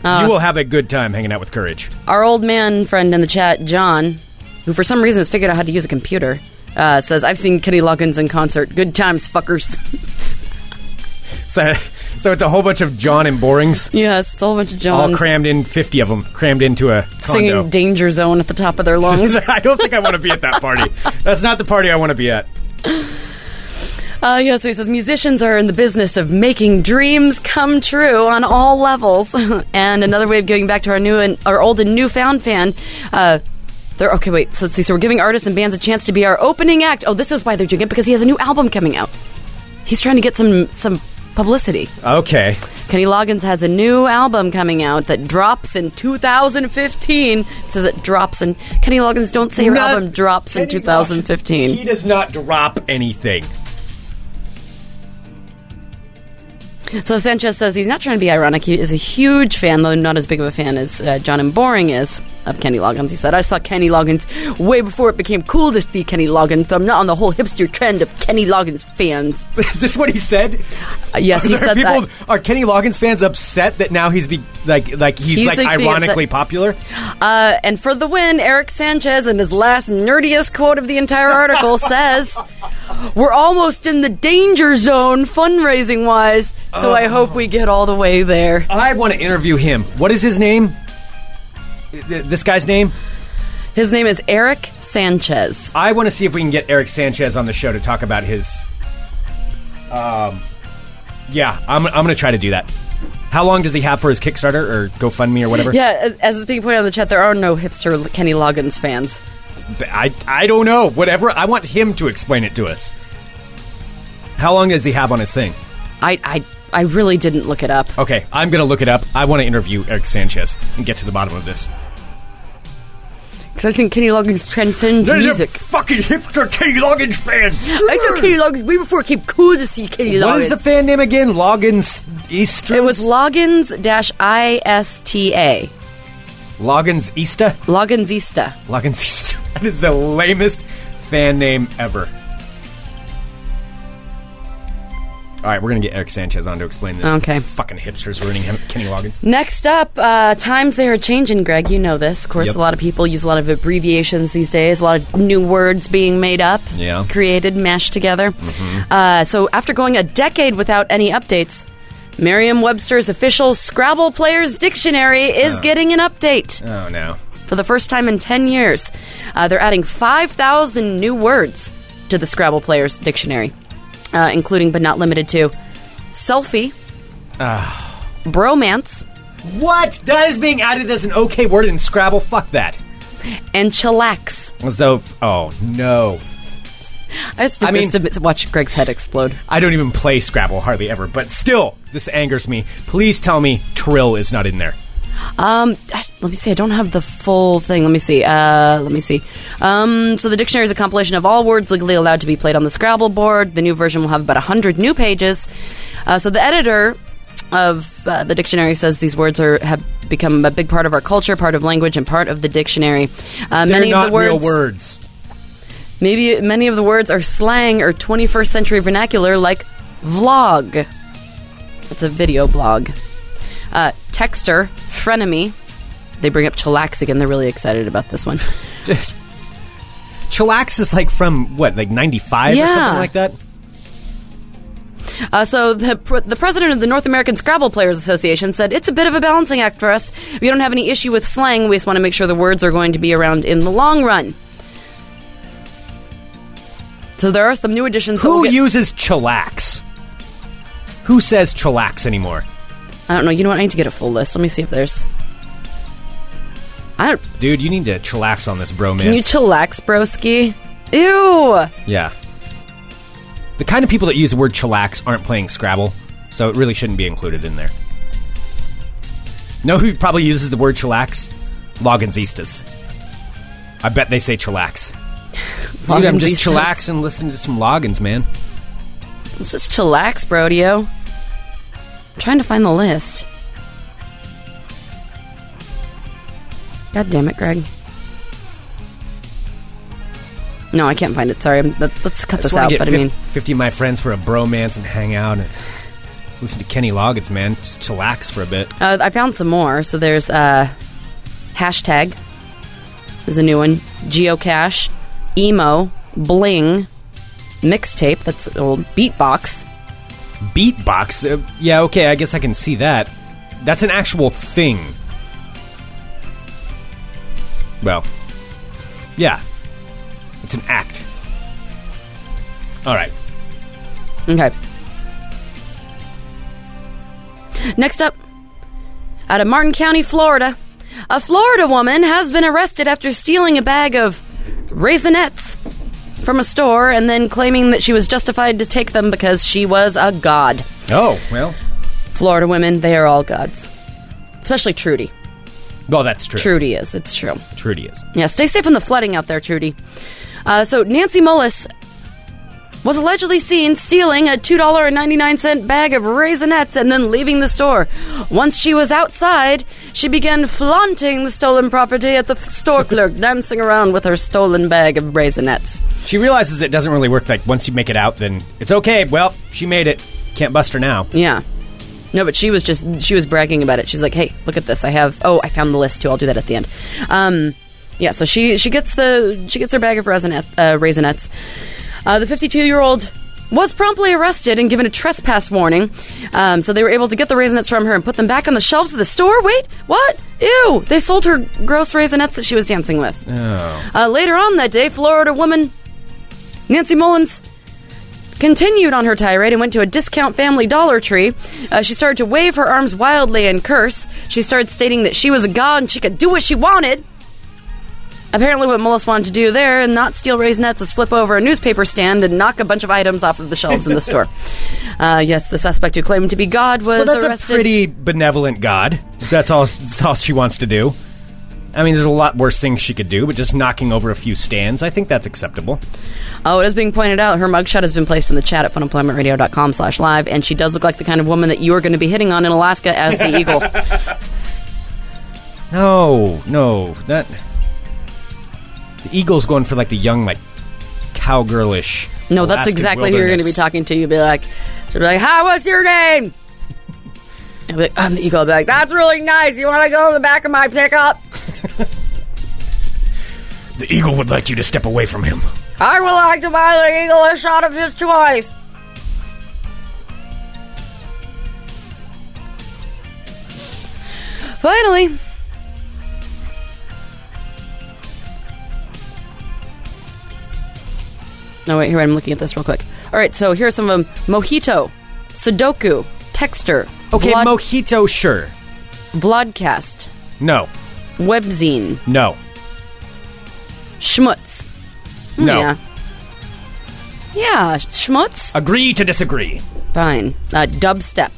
Speaker 7: Uh.
Speaker 6: you will have a good time hanging out with Courage.
Speaker 7: Our old man friend in the chat, John, who for some reason has figured out how to use a computer, uh, says, I've seen Kenny Loggins in concert. Good times, fuckers.
Speaker 6: So so it's a whole bunch of John and Borings.
Speaker 7: yeah, it's a whole bunch of
Speaker 6: all
Speaker 7: Johns
Speaker 6: crammed in 50 of them crammed into a
Speaker 7: singing
Speaker 6: condo.
Speaker 7: Danger Zone at the top of their lungs.
Speaker 6: I don't think I want to be at that party. That's not the party I want to be at.
Speaker 7: uh, yeah, so he says, musicians are in the business of making dreams come true on all levels. and another way of giving back to our new and our old and newfound fan. Uh, they're, okay, wait. So let's see. So we're giving artists and bands a chance to be our opening act. Oh, this is why they're doing it because he has a new album coming out. He's trying to get some some publicity.
Speaker 6: Okay.
Speaker 7: Kenny Loggins has a new album coming out that drops in 2015. It says it drops in. Kenny Loggins, don't say your
Speaker 6: Not-
Speaker 7: album drops in
Speaker 6: Kenny
Speaker 7: 2015.
Speaker 6: Loggins, He does not drop anything.
Speaker 7: So Sanchez says he's not trying to be ironic. He is a huge fan, though not as big of a fan as uh, John and Boring is of Kenny Loggins. He said, "I saw Kenny Loggins way before it became cool to see Kenny Loggins. I'm not on the whole hipster trend of Kenny Loggins fans."
Speaker 6: Is this what he said?
Speaker 7: Uh, yes, he
Speaker 6: Are
Speaker 7: said
Speaker 6: people,
Speaker 7: that.
Speaker 6: Are Kenny Loggins fans upset that now he's be, like like he's,
Speaker 7: He's,
Speaker 6: like,
Speaker 7: like, being
Speaker 6: ironically
Speaker 7: upset.
Speaker 6: popular?
Speaker 7: Uh, and for the win, Eric Sanchez, in his last nerdiest quote of the entire article, says, "We're almost in the danger zone fundraising wise, so I hope we get all the way there."
Speaker 6: I want to interview him. What is his name? Th- This guy's name?
Speaker 7: His name is Eric Sanchez.
Speaker 6: I want to see if we can get Eric Sanchez on the show to talk about his. Um, yeah, I'm, I'm going to try to do that. How long does he have for his Kickstarter or GoFundMe or whatever?
Speaker 7: Yeah, as, as is being pointed out in the chat, there are no hipster Kenny Loggins fans.
Speaker 6: But I, I don't know. Whatever. I want him to explain it to us. How long does he have on his thing?
Speaker 7: I, I, I really didn't look it up.
Speaker 6: Okay, I'm going to look it up. I want to interview Eric Sanchez and get to the bottom of this.
Speaker 7: Because I think Kenny Loggins transcends music.
Speaker 6: fucking hipster Kenny Loggins fans.
Speaker 7: I saw Kenny Loggins way before it came cool to see Kenny Loggins.
Speaker 6: What is the fan name again? Loggins Easter?
Speaker 7: it was Loggins dash I S T A.
Speaker 6: Loggins Easter?
Speaker 7: Logginsista.
Speaker 6: Loggins Easter. That is the lamest fan name ever. All right, we're going to get Eric Sanchez on to explain this.
Speaker 7: Okay.
Speaker 6: These fucking hipsters ruining him- Kenny Loggins.
Speaker 7: Next up, uh, times they are changing, Greg. You know this. Of course,
Speaker 6: Yep.
Speaker 7: a lot of people use a lot of abbreviations these days, a lot of new words being made up,
Speaker 6: Yeah. Mm-hmm.
Speaker 7: created, mashed together. Uh, so, after going a decade without any updates, Merriam Webster's official Scrabble Players Dictionary is getting an update
Speaker 6: Oh, no.
Speaker 7: for the first time in 10 years. Uh, they're adding 5,000 new words to the Scrabble Players Dictionary, uh, including but not limited to selfie,
Speaker 6: Ah.
Speaker 7: bromance,
Speaker 6: What? That is being added as an okay word in Scrabble? Fuck that.
Speaker 7: and chillax.
Speaker 6: So, oh, no.
Speaker 7: I just did
Speaker 6: I
Speaker 7: this
Speaker 6: mean-
Speaker 7: to watch Greg's head explode.
Speaker 6: I don't even play Scrabble hardly ever, but still, this angers me. Please tell me Trill is not in there.
Speaker 7: Um, I- let me see. I don't have the full thing. Let me see. Uh, let me see. Um, so the dictionary is a compilation of all words legally allowed to be played on the Scrabble board. The new version will have about hundred new pages. Uh, so the editor of uh, the dictionary says these words are have become a big part of our culture, part of language, and part of the dictionary. Uh,
Speaker 6: They're
Speaker 7: many
Speaker 6: not
Speaker 7: of the words,
Speaker 6: real words.
Speaker 7: maybe many of the words are slang or 21st century vernacular, like vlog. It's a video blog. Uh, texter, frenemy. They bring up chillax again. They're really excited about this one.
Speaker 6: Chillax is like from what, like ninety five or
Speaker 7: Yeah.
Speaker 6: something like that.
Speaker 7: Uh, so the pr- the president of the North American Scrabble Players Association said it's a bit of a balancing act for us. We don't have any issue with slang. We just want to make sure the words are going to be around in the long run. So there are some new additions. that
Speaker 6: Who
Speaker 7: we'll get-
Speaker 6: uses chillax? Who says chillax anymore?
Speaker 7: I don't know. You know what? I need to get a full list. Let me see if there's. I don't.
Speaker 6: Dude, you need to chillax on this bromance.
Speaker 7: Can you chillax, broski? Ew.
Speaker 6: yeah. The kind of people that use the word chillax aren't playing Scrabble, so it really shouldn't be included in there. Know who probably uses the word chillax? Logginsistas. I bet they say chillax. Dude, I'm just chillax and listening to some Loggins, man.
Speaker 7: It's just chillax, Brodeo. I'm trying to find the list. God damn it, Greg. No, I can't find it. Sorry. I'm, let, let's cut
Speaker 6: Just
Speaker 7: this
Speaker 6: wanna
Speaker 7: out.
Speaker 6: get
Speaker 7: But I
Speaker 6: fif-
Speaker 7: mean,
Speaker 6: 50 of my friends for a bromance and hang out and listen to Kenny Loggins, man. Just chillax for a bit.
Speaker 7: uh, I found some more. So there's uh, hashtag. There's a new one. Geocache, emo, bling, mixtape. That's old. Beatbox.
Speaker 6: Beatbox? Uh, yeah, okay, I guess I can see that. That's an actual thing. Well, yeah. It's an act. All right.
Speaker 7: Okay. Next up, out of Martin County, Florida, a Florida woman has been arrested after stealing a bag of raisinettes from a store and then claiming that she was justified to take them because she was a god.
Speaker 6: Oh well,
Speaker 7: Florida women, they are all gods. Especially Trudy.
Speaker 6: well that's true.
Speaker 7: Trudy is. It's true.
Speaker 6: Trudy is.
Speaker 7: Yeah, stay safe from the flooding out there, Trudy. Uh, so, Nancy Mullis was allegedly seen stealing a $2.99 bag of raisinettes and then leaving the store. Once she was outside, she began flaunting the stolen property at the f- store clerk, dancing around with her stolen bag of raisinettes.
Speaker 6: She realizes it doesn't really work. Like once you make it out, then it's okay. Well, she made it. Can't bust her now.
Speaker 7: Yeah. No, but she was just she was bragging about it. She's like, "Hey, look at this! I have oh, I found the list too. I'll do that at the end." Um, yeah, so she she gets the she gets her bag of raisinette, uh, raisinettes. Uh, the 52 year old was promptly arrested and given a trespass warning. Um, so they were able to get the raisinettes from her and put them back on the shelves of the store. Wait, what? Ew! They sold her gross raisinettes that she was dancing with. Uh, later on that day, Florida woman Nancy Mullins continued on her tirade and went to a discount family Dollar Tree. Uh, she started to wave her arms wildly and curse. She started stating that she was a god and she could do what she wanted. Apparently, what Mullis wanted to do there and not steal raisinets was flip over a newspaper stand and knock a bunch of items off of the shelves in the store. Uh, yes, the suspect who claimed to be God was
Speaker 6: Well, that's
Speaker 7: arrested.
Speaker 6: a pretty benevolent god. If That's all. That's all she wants to do. I mean, there's a lot worse things she could do, but just knocking over a few stands, I think that's acceptable.
Speaker 7: Oh, it is being pointed out. Her mugshot has been placed in the chat at funemploymentradio.com slash live, and she does look like the kind of woman that you are going to be hitting on in Alaska as the eagle.
Speaker 6: No, no, that the eagle's going for like the young, like cowgirlish.
Speaker 7: No, that's
Speaker 6: Alaskan
Speaker 7: exactly who you're going to be
Speaker 6: wilderness.
Speaker 7: talking to. You'll be like, she'll be like, "Hi, what's your name?" I'll be like, "I'm the eagle." I'll be like, "That's really nice. You want to go in the back of my pickup?
Speaker 6: The eagle would like you to step away from him.
Speaker 7: I would like to buy the eagle a shot of his choice." Finally, No, wait, here, I'm looking at this real quick. All right, so here are some of them Mojito, Sudoku, Texter,
Speaker 6: Okay,
Speaker 7: Vlad-
Speaker 6: mojito, sure.
Speaker 7: Vlogcast,
Speaker 6: No,
Speaker 7: Webzine,
Speaker 6: no,
Speaker 7: Schmutz. Hmm,
Speaker 6: no.
Speaker 7: Yeah. Yeah, Schmutz?
Speaker 6: Agree to disagree.
Speaker 7: Fine. Uh, dubstep.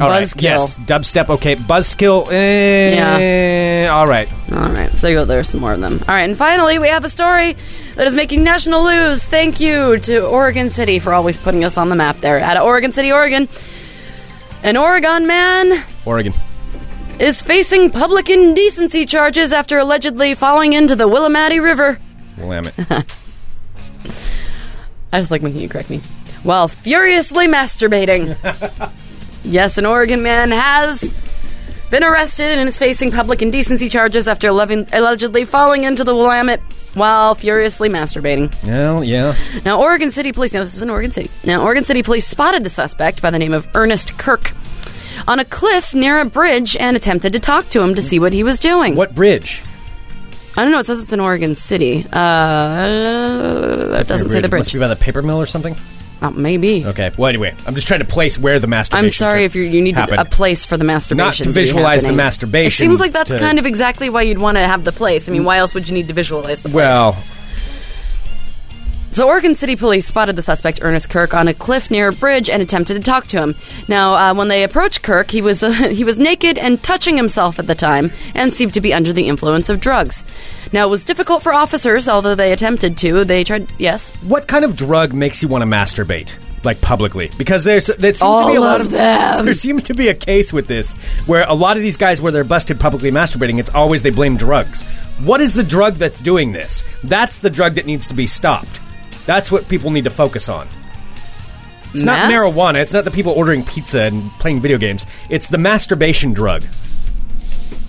Speaker 6: All right,
Speaker 7: Buzzkill.
Speaker 6: Yes, dubstep. Okay, buzzkill. Eh, All right.
Speaker 7: All right, so there you go. There are some more of them. All right, and finally, we have a story that is making national news. Thank you to Oregon City for always putting us on the map there. Out of Oregon City, Oregon, an Oregon man
Speaker 6: Oregon.
Speaker 7: is facing public indecency charges after allegedly falling into the Willamette River.
Speaker 6: Willamette.
Speaker 7: I just like making you correct me. While furiously masturbating. yes, an Oregon man has been arrested and is facing public indecency charges after eleven- allegedly falling into the Willamette while furiously masturbating.
Speaker 6: well, yeah.
Speaker 7: Now, Oregon City Police. Now, this is in Oregon City. Now, Oregon City Police spotted the suspect by the name of Ernest Kirk on a cliff near a bridge and attempted to talk to him to see what he was doing.
Speaker 6: What bridge?
Speaker 7: I don't know. It says it's in Oregon City. Uh, it doesn't say the
Speaker 6: Must
Speaker 7: bridge.
Speaker 6: be by the paper mill or something.
Speaker 7: Oh, maybe.
Speaker 6: Okay. Well, anyway, I'm just trying to place where the masturbation.
Speaker 7: I'm sorry
Speaker 6: took-
Speaker 7: if you you need to,
Speaker 6: happened.
Speaker 7: a place for the masturbation.
Speaker 6: Not to
Speaker 7: be
Speaker 6: visualize the
Speaker 7: happening.
Speaker 6: masturbation,
Speaker 7: It seems like that's
Speaker 6: to-
Speaker 7: kind of exactly why you'd want to have the place. I mean, why else would you need to visualize the place?
Speaker 6: Well,
Speaker 7: So, Oregon City police spotted the suspect, Ernest Kirk, on a cliff near a bridge and attempted to talk to him. Now, uh, when they approached Kirk, he was, uh, he was naked and touching himself at the time and seemed to be under the influence of drugs. Now, it was difficult for officers, although they attempted to. They tried, yes.
Speaker 6: what kind of drug makes you want to masturbate? Like publicly, because there's there seems to be
Speaker 7: All
Speaker 6: a lot
Speaker 7: of
Speaker 6: of
Speaker 7: them.
Speaker 6: There seems to be a case with this where a lot of these guys, where they're busted publicly masturbating, it's always they blame drugs. What is the drug that's doing this? That's the drug that needs to be stopped. That's what people need to focus on. It's not
Speaker 7: Meth?
Speaker 6: marijuana. It's not the people ordering pizza and playing video games. It's the masturbation drug.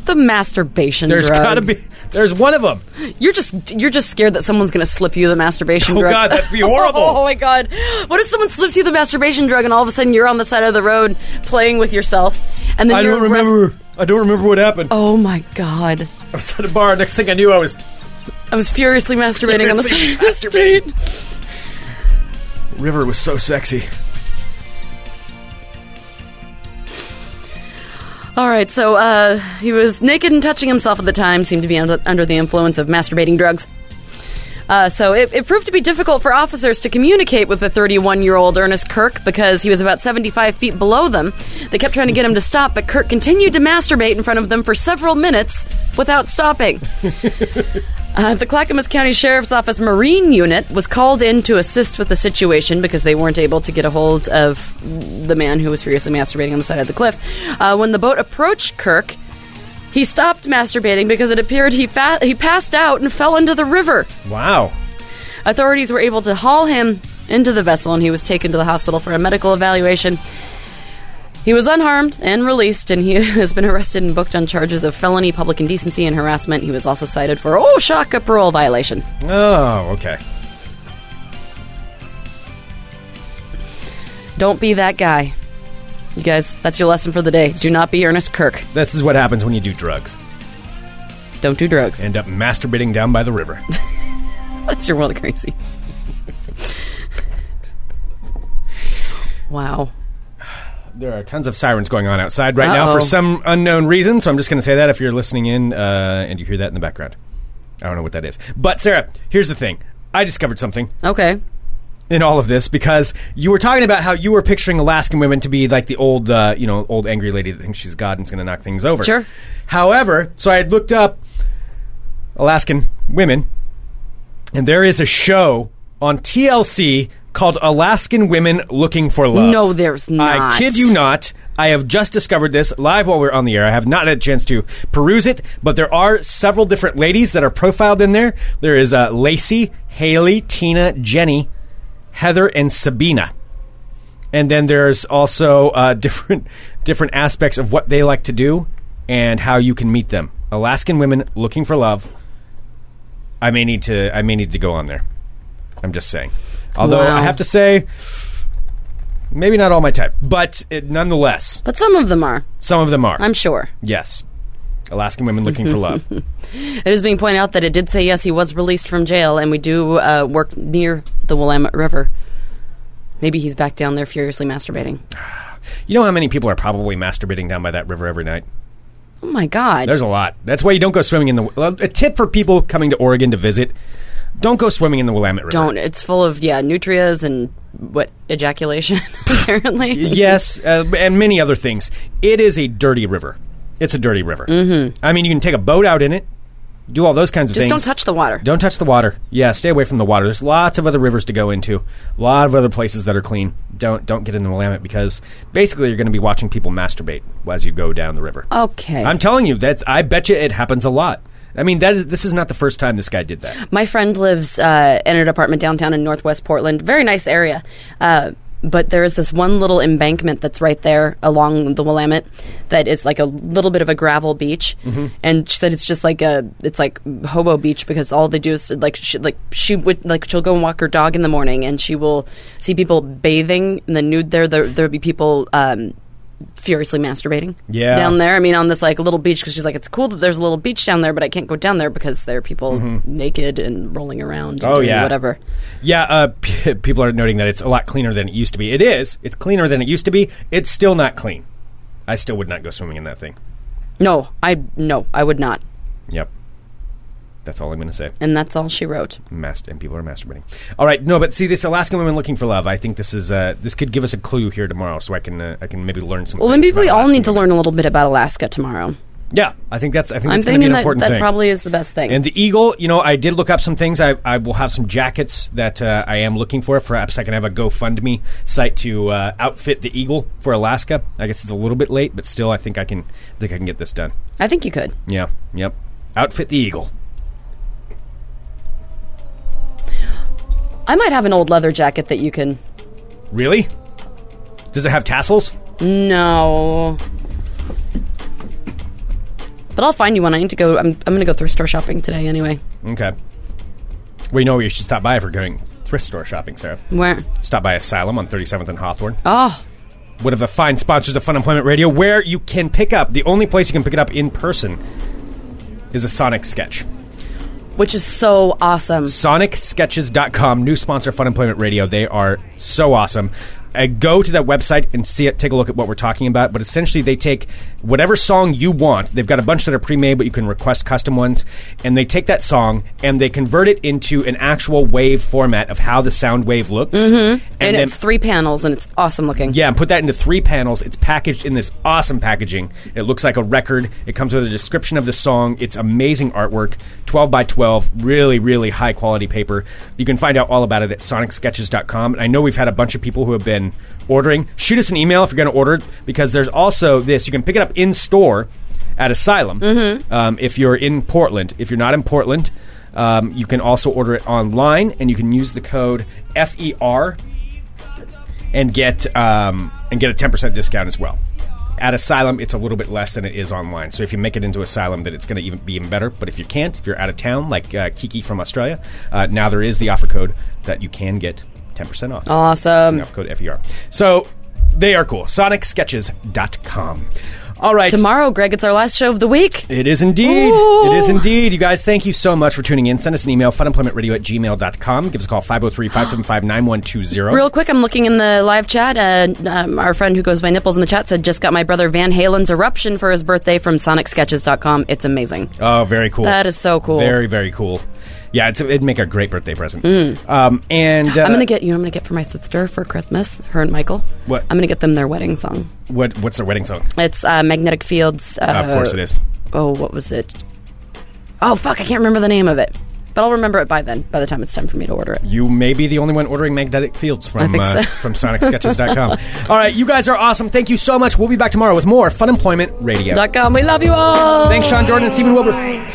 Speaker 7: The masturbation
Speaker 6: There's
Speaker 7: drug.
Speaker 6: gotta be. There's one of them.
Speaker 7: You're just you're just scared that someone's going to slip you the masturbation
Speaker 6: Oh,
Speaker 7: drug.
Speaker 6: God, that'd be horrible.
Speaker 7: oh my god. What if someone slips you the masturbation drug and all of a sudden you're on the side of the road playing with yourself and then
Speaker 6: I
Speaker 7: you're
Speaker 6: don't
Speaker 7: arrest-
Speaker 6: remember. I don't remember what happened.
Speaker 7: Oh my god.
Speaker 6: I was at a bar. Next thing I knew, I was
Speaker 7: I was furiously masturbating on the side of the
Speaker 6: Masturbating.
Speaker 7: street.
Speaker 6: River was so sexy.
Speaker 7: All right, so uh, he was naked and touching himself at the time, seemed to be under, under the influence of masturbating drugs. Uh, so it, it proved to be difficult for officers to communicate with the 31 year old Ernest Kirk because he was about 75 feet below them. They kept trying to get him to stop, but Kirk continued to masturbate in front of them for several minutes without stopping. Uh, the Clackamas County Sheriff's Office Marine Unit was called in to assist with the situation because they weren't able to get a hold of the man who was furiously masturbating on the side of the cliff. Uh, when the boat approached Kirk, he stopped masturbating because it appeared he fa- he passed out and fell into the river.
Speaker 6: Wow.
Speaker 7: Authorities were able to haul him into the vessel and he was taken to the hospital for a medical evaluation. He was unharmed and released, and he has been arrested and booked on charges of felony public indecency and harassment. He was also cited for, oh, shock, a parole violation.
Speaker 6: Oh, okay.
Speaker 7: Don't be that guy. You guys, that's your lesson for the day. Do not be Ernest Kirk.
Speaker 6: This is what happens when you do drugs.
Speaker 7: Don't do drugs.
Speaker 6: End up masturbating down by the river.
Speaker 7: That's your world crazy. wow.
Speaker 6: There are tons of sirens going on outside right now
Speaker 7: Uh-oh.
Speaker 6: for some unknown reason, so I'm just going to say that if you're listening in uh, and you hear that in the background. I don't know what that is. But, Sarah, here's the thing I discovered something
Speaker 7: Okay.
Speaker 6: in all of this because you were talking about how you were picturing Alaskan women to be like the old, uh, you know, old angry lady that thinks she's God and's going to knock things over.
Speaker 7: Sure.
Speaker 6: However, so I had looked up Alaskan women, and there is a show on TLC called Alaskan Women Looking for Love.
Speaker 7: No, there's not.
Speaker 6: I kid you not. I have just discovered this live while we're on the air. I have not had a chance to peruse it, but there are several different ladies that are profiled in there. There is uh, Lacey, Haley, Tina, Jenny, Heather, and Sabina. And then there's also uh, different different aspects of what they like to do and how you can meet them. Alaskan women looking for love. I may need to I may need to go on there. I'm just saying. Although
Speaker 7: Wow.
Speaker 6: I have to say, maybe not all my type, but it, nonetheless,
Speaker 7: But some of them are,
Speaker 6: some of them are.
Speaker 7: I'm sure.
Speaker 6: yes, Alaskan women looking for love.
Speaker 7: It is being pointed out that it did say yes, he was released from jail, and we do uh, work near the Willamette River. Maybe he's back down there furiously masturbating.
Speaker 6: You know how many people are probably masturbating down by that river every night?
Speaker 7: Oh my God.
Speaker 6: There's a lot. That's why you don't go swimming in the. well, A tip for people coming to Oregon to visit: don't go swimming in the Willamette River.
Speaker 7: Don't. It's full of, yeah, nutrias and what? Ejaculation, apparently.
Speaker 6: yes, uh, and many other things. It is a dirty river. It's a dirty river. Mm-hmm. I mean, you can take a boat out in it, do all those kinds of
Speaker 7: Just
Speaker 6: things.
Speaker 7: don't touch the water.
Speaker 6: Don't touch the water. Yeah, stay away from the water. There's lots of other rivers to go into, a lot of other places that are clean. Don't don't get in the Willamette because basically you're going to be watching people masturbate as you go down the river.
Speaker 7: Okay.
Speaker 6: I'm telling you that I bet you it happens a lot. I mean, that is this is not the first time this guy did that.
Speaker 7: My friend lives uh, in an apartment downtown in Northwest Portland. Very nice area. Uh, but there is this one little embankment that's right there along the Willamette that is like a little bit of a gravel beach.
Speaker 6: Mm-hmm.
Speaker 7: And she said it's just like a it's like hobo beach because all they do is like she, like she would like she'll go and walk her dog in the morning and she will see people bathing in the nude there there there'll be people um, furiously masturbating
Speaker 6: Yeah.
Speaker 7: down there. I mean, on this like little beach because she's like, it's cool that there's a little beach down there, but I can't go down there because there are people naked and rolling around. And
Speaker 6: Mm-hmm. Oh,
Speaker 7: doing
Speaker 6: yeah.
Speaker 7: whatever.
Speaker 6: Yeah, uh, p- people are noting that it's a lot cleaner than it used to be. It is. It's cleaner than it used to be. It's still not clean. I still would not go swimming in that thing.
Speaker 7: No, I no, I would not.
Speaker 6: Yep. That's all I'm going to say.
Speaker 7: And that's all she wrote.
Speaker 6: Mast- and people are masturbating. All right, no, but see, this Alaskan women looking for love. I think this is uh, this could give us a clue here tomorrow, so I can uh, I can maybe learn some.
Speaker 7: Well,
Speaker 6: things
Speaker 7: maybe
Speaker 6: about
Speaker 7: we all
Speaker 6: Alaskan
Speaker 7: need to
Speaker 6: women.
Speaker 7: learn a little bit about Alaska tomorrow.
Speaker 6: Yeah, I think that's I think
Speaker 7: I'm
Speaker 6: that's going to
Speaker 7: thinking
Speaker 6: be an
Speaker 7: that
Speaker 6: important
Speaker 7: that
Speaker 6: thing.
Speaker 7: probably is the best thing.
Speaker 6: and the eagle, you know, I did look up some things. I, I will have some jackets that uh, I am looking for. Perhaps I can have a GoFundMe site to uh, outfit the eagle for Alaska. I guess it's a little bit late, but still, I think I can I think I can get this done.
Speaker 7: I think you could.
Speaker 6: Yeah, yep. Outfit the eagle.
Speaker 7: I might have an old leather jacket that you can.
Speaker 6: Really? Does it have tassels?
Speaker 7: No. But I'll find you one. I need to go. I'm, I'm going to go thrift store shopping today anyway.
Speaker 6: Okay. Well, you know, you should stop by if you're going thrift store shopping, Sarah.
Speaker 7: Where?
Speaker 6: Stop by Asylum on 37th and Hawthorne.
Speaker 7: Oh,
Speaker 6: One of the fine sponsors of Fun Employment Radio, where you can pick up, the only place you can pick it up in person is a Sonic sketch.
Speaker 7: which is so awesome.
Speaker 6: SonicSketches.com, new sponsor of Fun Employment Radio. They are so awesome. Uh, go to that website and see it. Take a look at what we're talking about. But essentially, they take whatever song you want. They've got a bunch that are pre-made, but you can request custom ones. And they take that song and they convert it into an actual wave format of how the sound wave looks. Mm-hmm.
Speaker 7: and it's three panels, and it's awesome looking.
Speaker 6: Yeah, and put that into three panels. It's packaged in this awesome packaging. It looks like a record. It comes with a description of the song. It's amazing artwork. 12 by 12, really, really high quality paper. You can find out all about it at sonicsketches.com. And I know we've had a bunch of people who have been ordering. Shoot us an email if you're going to order it because there's also this. You can pick it up in store at Asylum um, if you're in Portland. If you're not in Portland, um, you can also order it online and you can use the code E FER and get um, and get a ten percent discount as well. At Asylum, it's a little bit less than it is online. So if you make it into Asylum, then it's going to even be even better. But if you can't, if you're out of town, like uh, Kiki from Australia, uh, now there is the offer code that you can get ten percent off.
Speaker 7: Awesome.
Speaker 6: Using offer code FER. So they are cool. SonicSketches.com. All right.
Speaker 7: Tomorrow, Greg, it's our last show of the week.
Speaker 6: It is indeed.
Speaker 7: Ooh.
Speaker 6: It is indeed. You guys, thank you so much for tuning in. Send us an email, funemploymentradio at gmail.com. Give us a call, 503 575 9120.
Speaker 7: Real quick, I'm looking in the live chat. Uh, um, our friend who goes by Nipples in the chat said, just got my brother Van Halen's Eruption for his birthday from SonicSketches.com. It's amazing.
Speaker 6: Oh, very cool.
Speaker 7: That is so cool.
Speaker 6: Very, very cool. Yeah, it's, it'd make a great birthday present. Um, and uh,
Speaker 7: Mm. I'm gonna get you. know what I'm gonna get for my sister for Christmas. Her and Michael.
Speaker 6: What?
Speaker 7: I'm gonna get them their wedding song.
Speaker 6: what, what's their wedding song?
Speaker 7: It's uh, Magnetic Fields. Uh,
Speaker 6: of course it is.
Speaker 7: Oh, what was it? Oh fuck, I can't remember the name of it. But I'll remember it by then. By the time it's time for me to order it.
Speaker 6: You may be the only one ordering magnetic fields from
Speaker 7: think
Speaker 6: uh,
Speaker 7: so.
Speaker 6: from sonicsketches.com. All right, you guys are awesome. Thank you so much. We'll be back tomorrow with more Fun Employment Radio.
Speaker 7: Dot com. We love you all.
Speaker 6: Thanks, Sean Jordan and Stephen Wilbur.
Speaker 9: Right.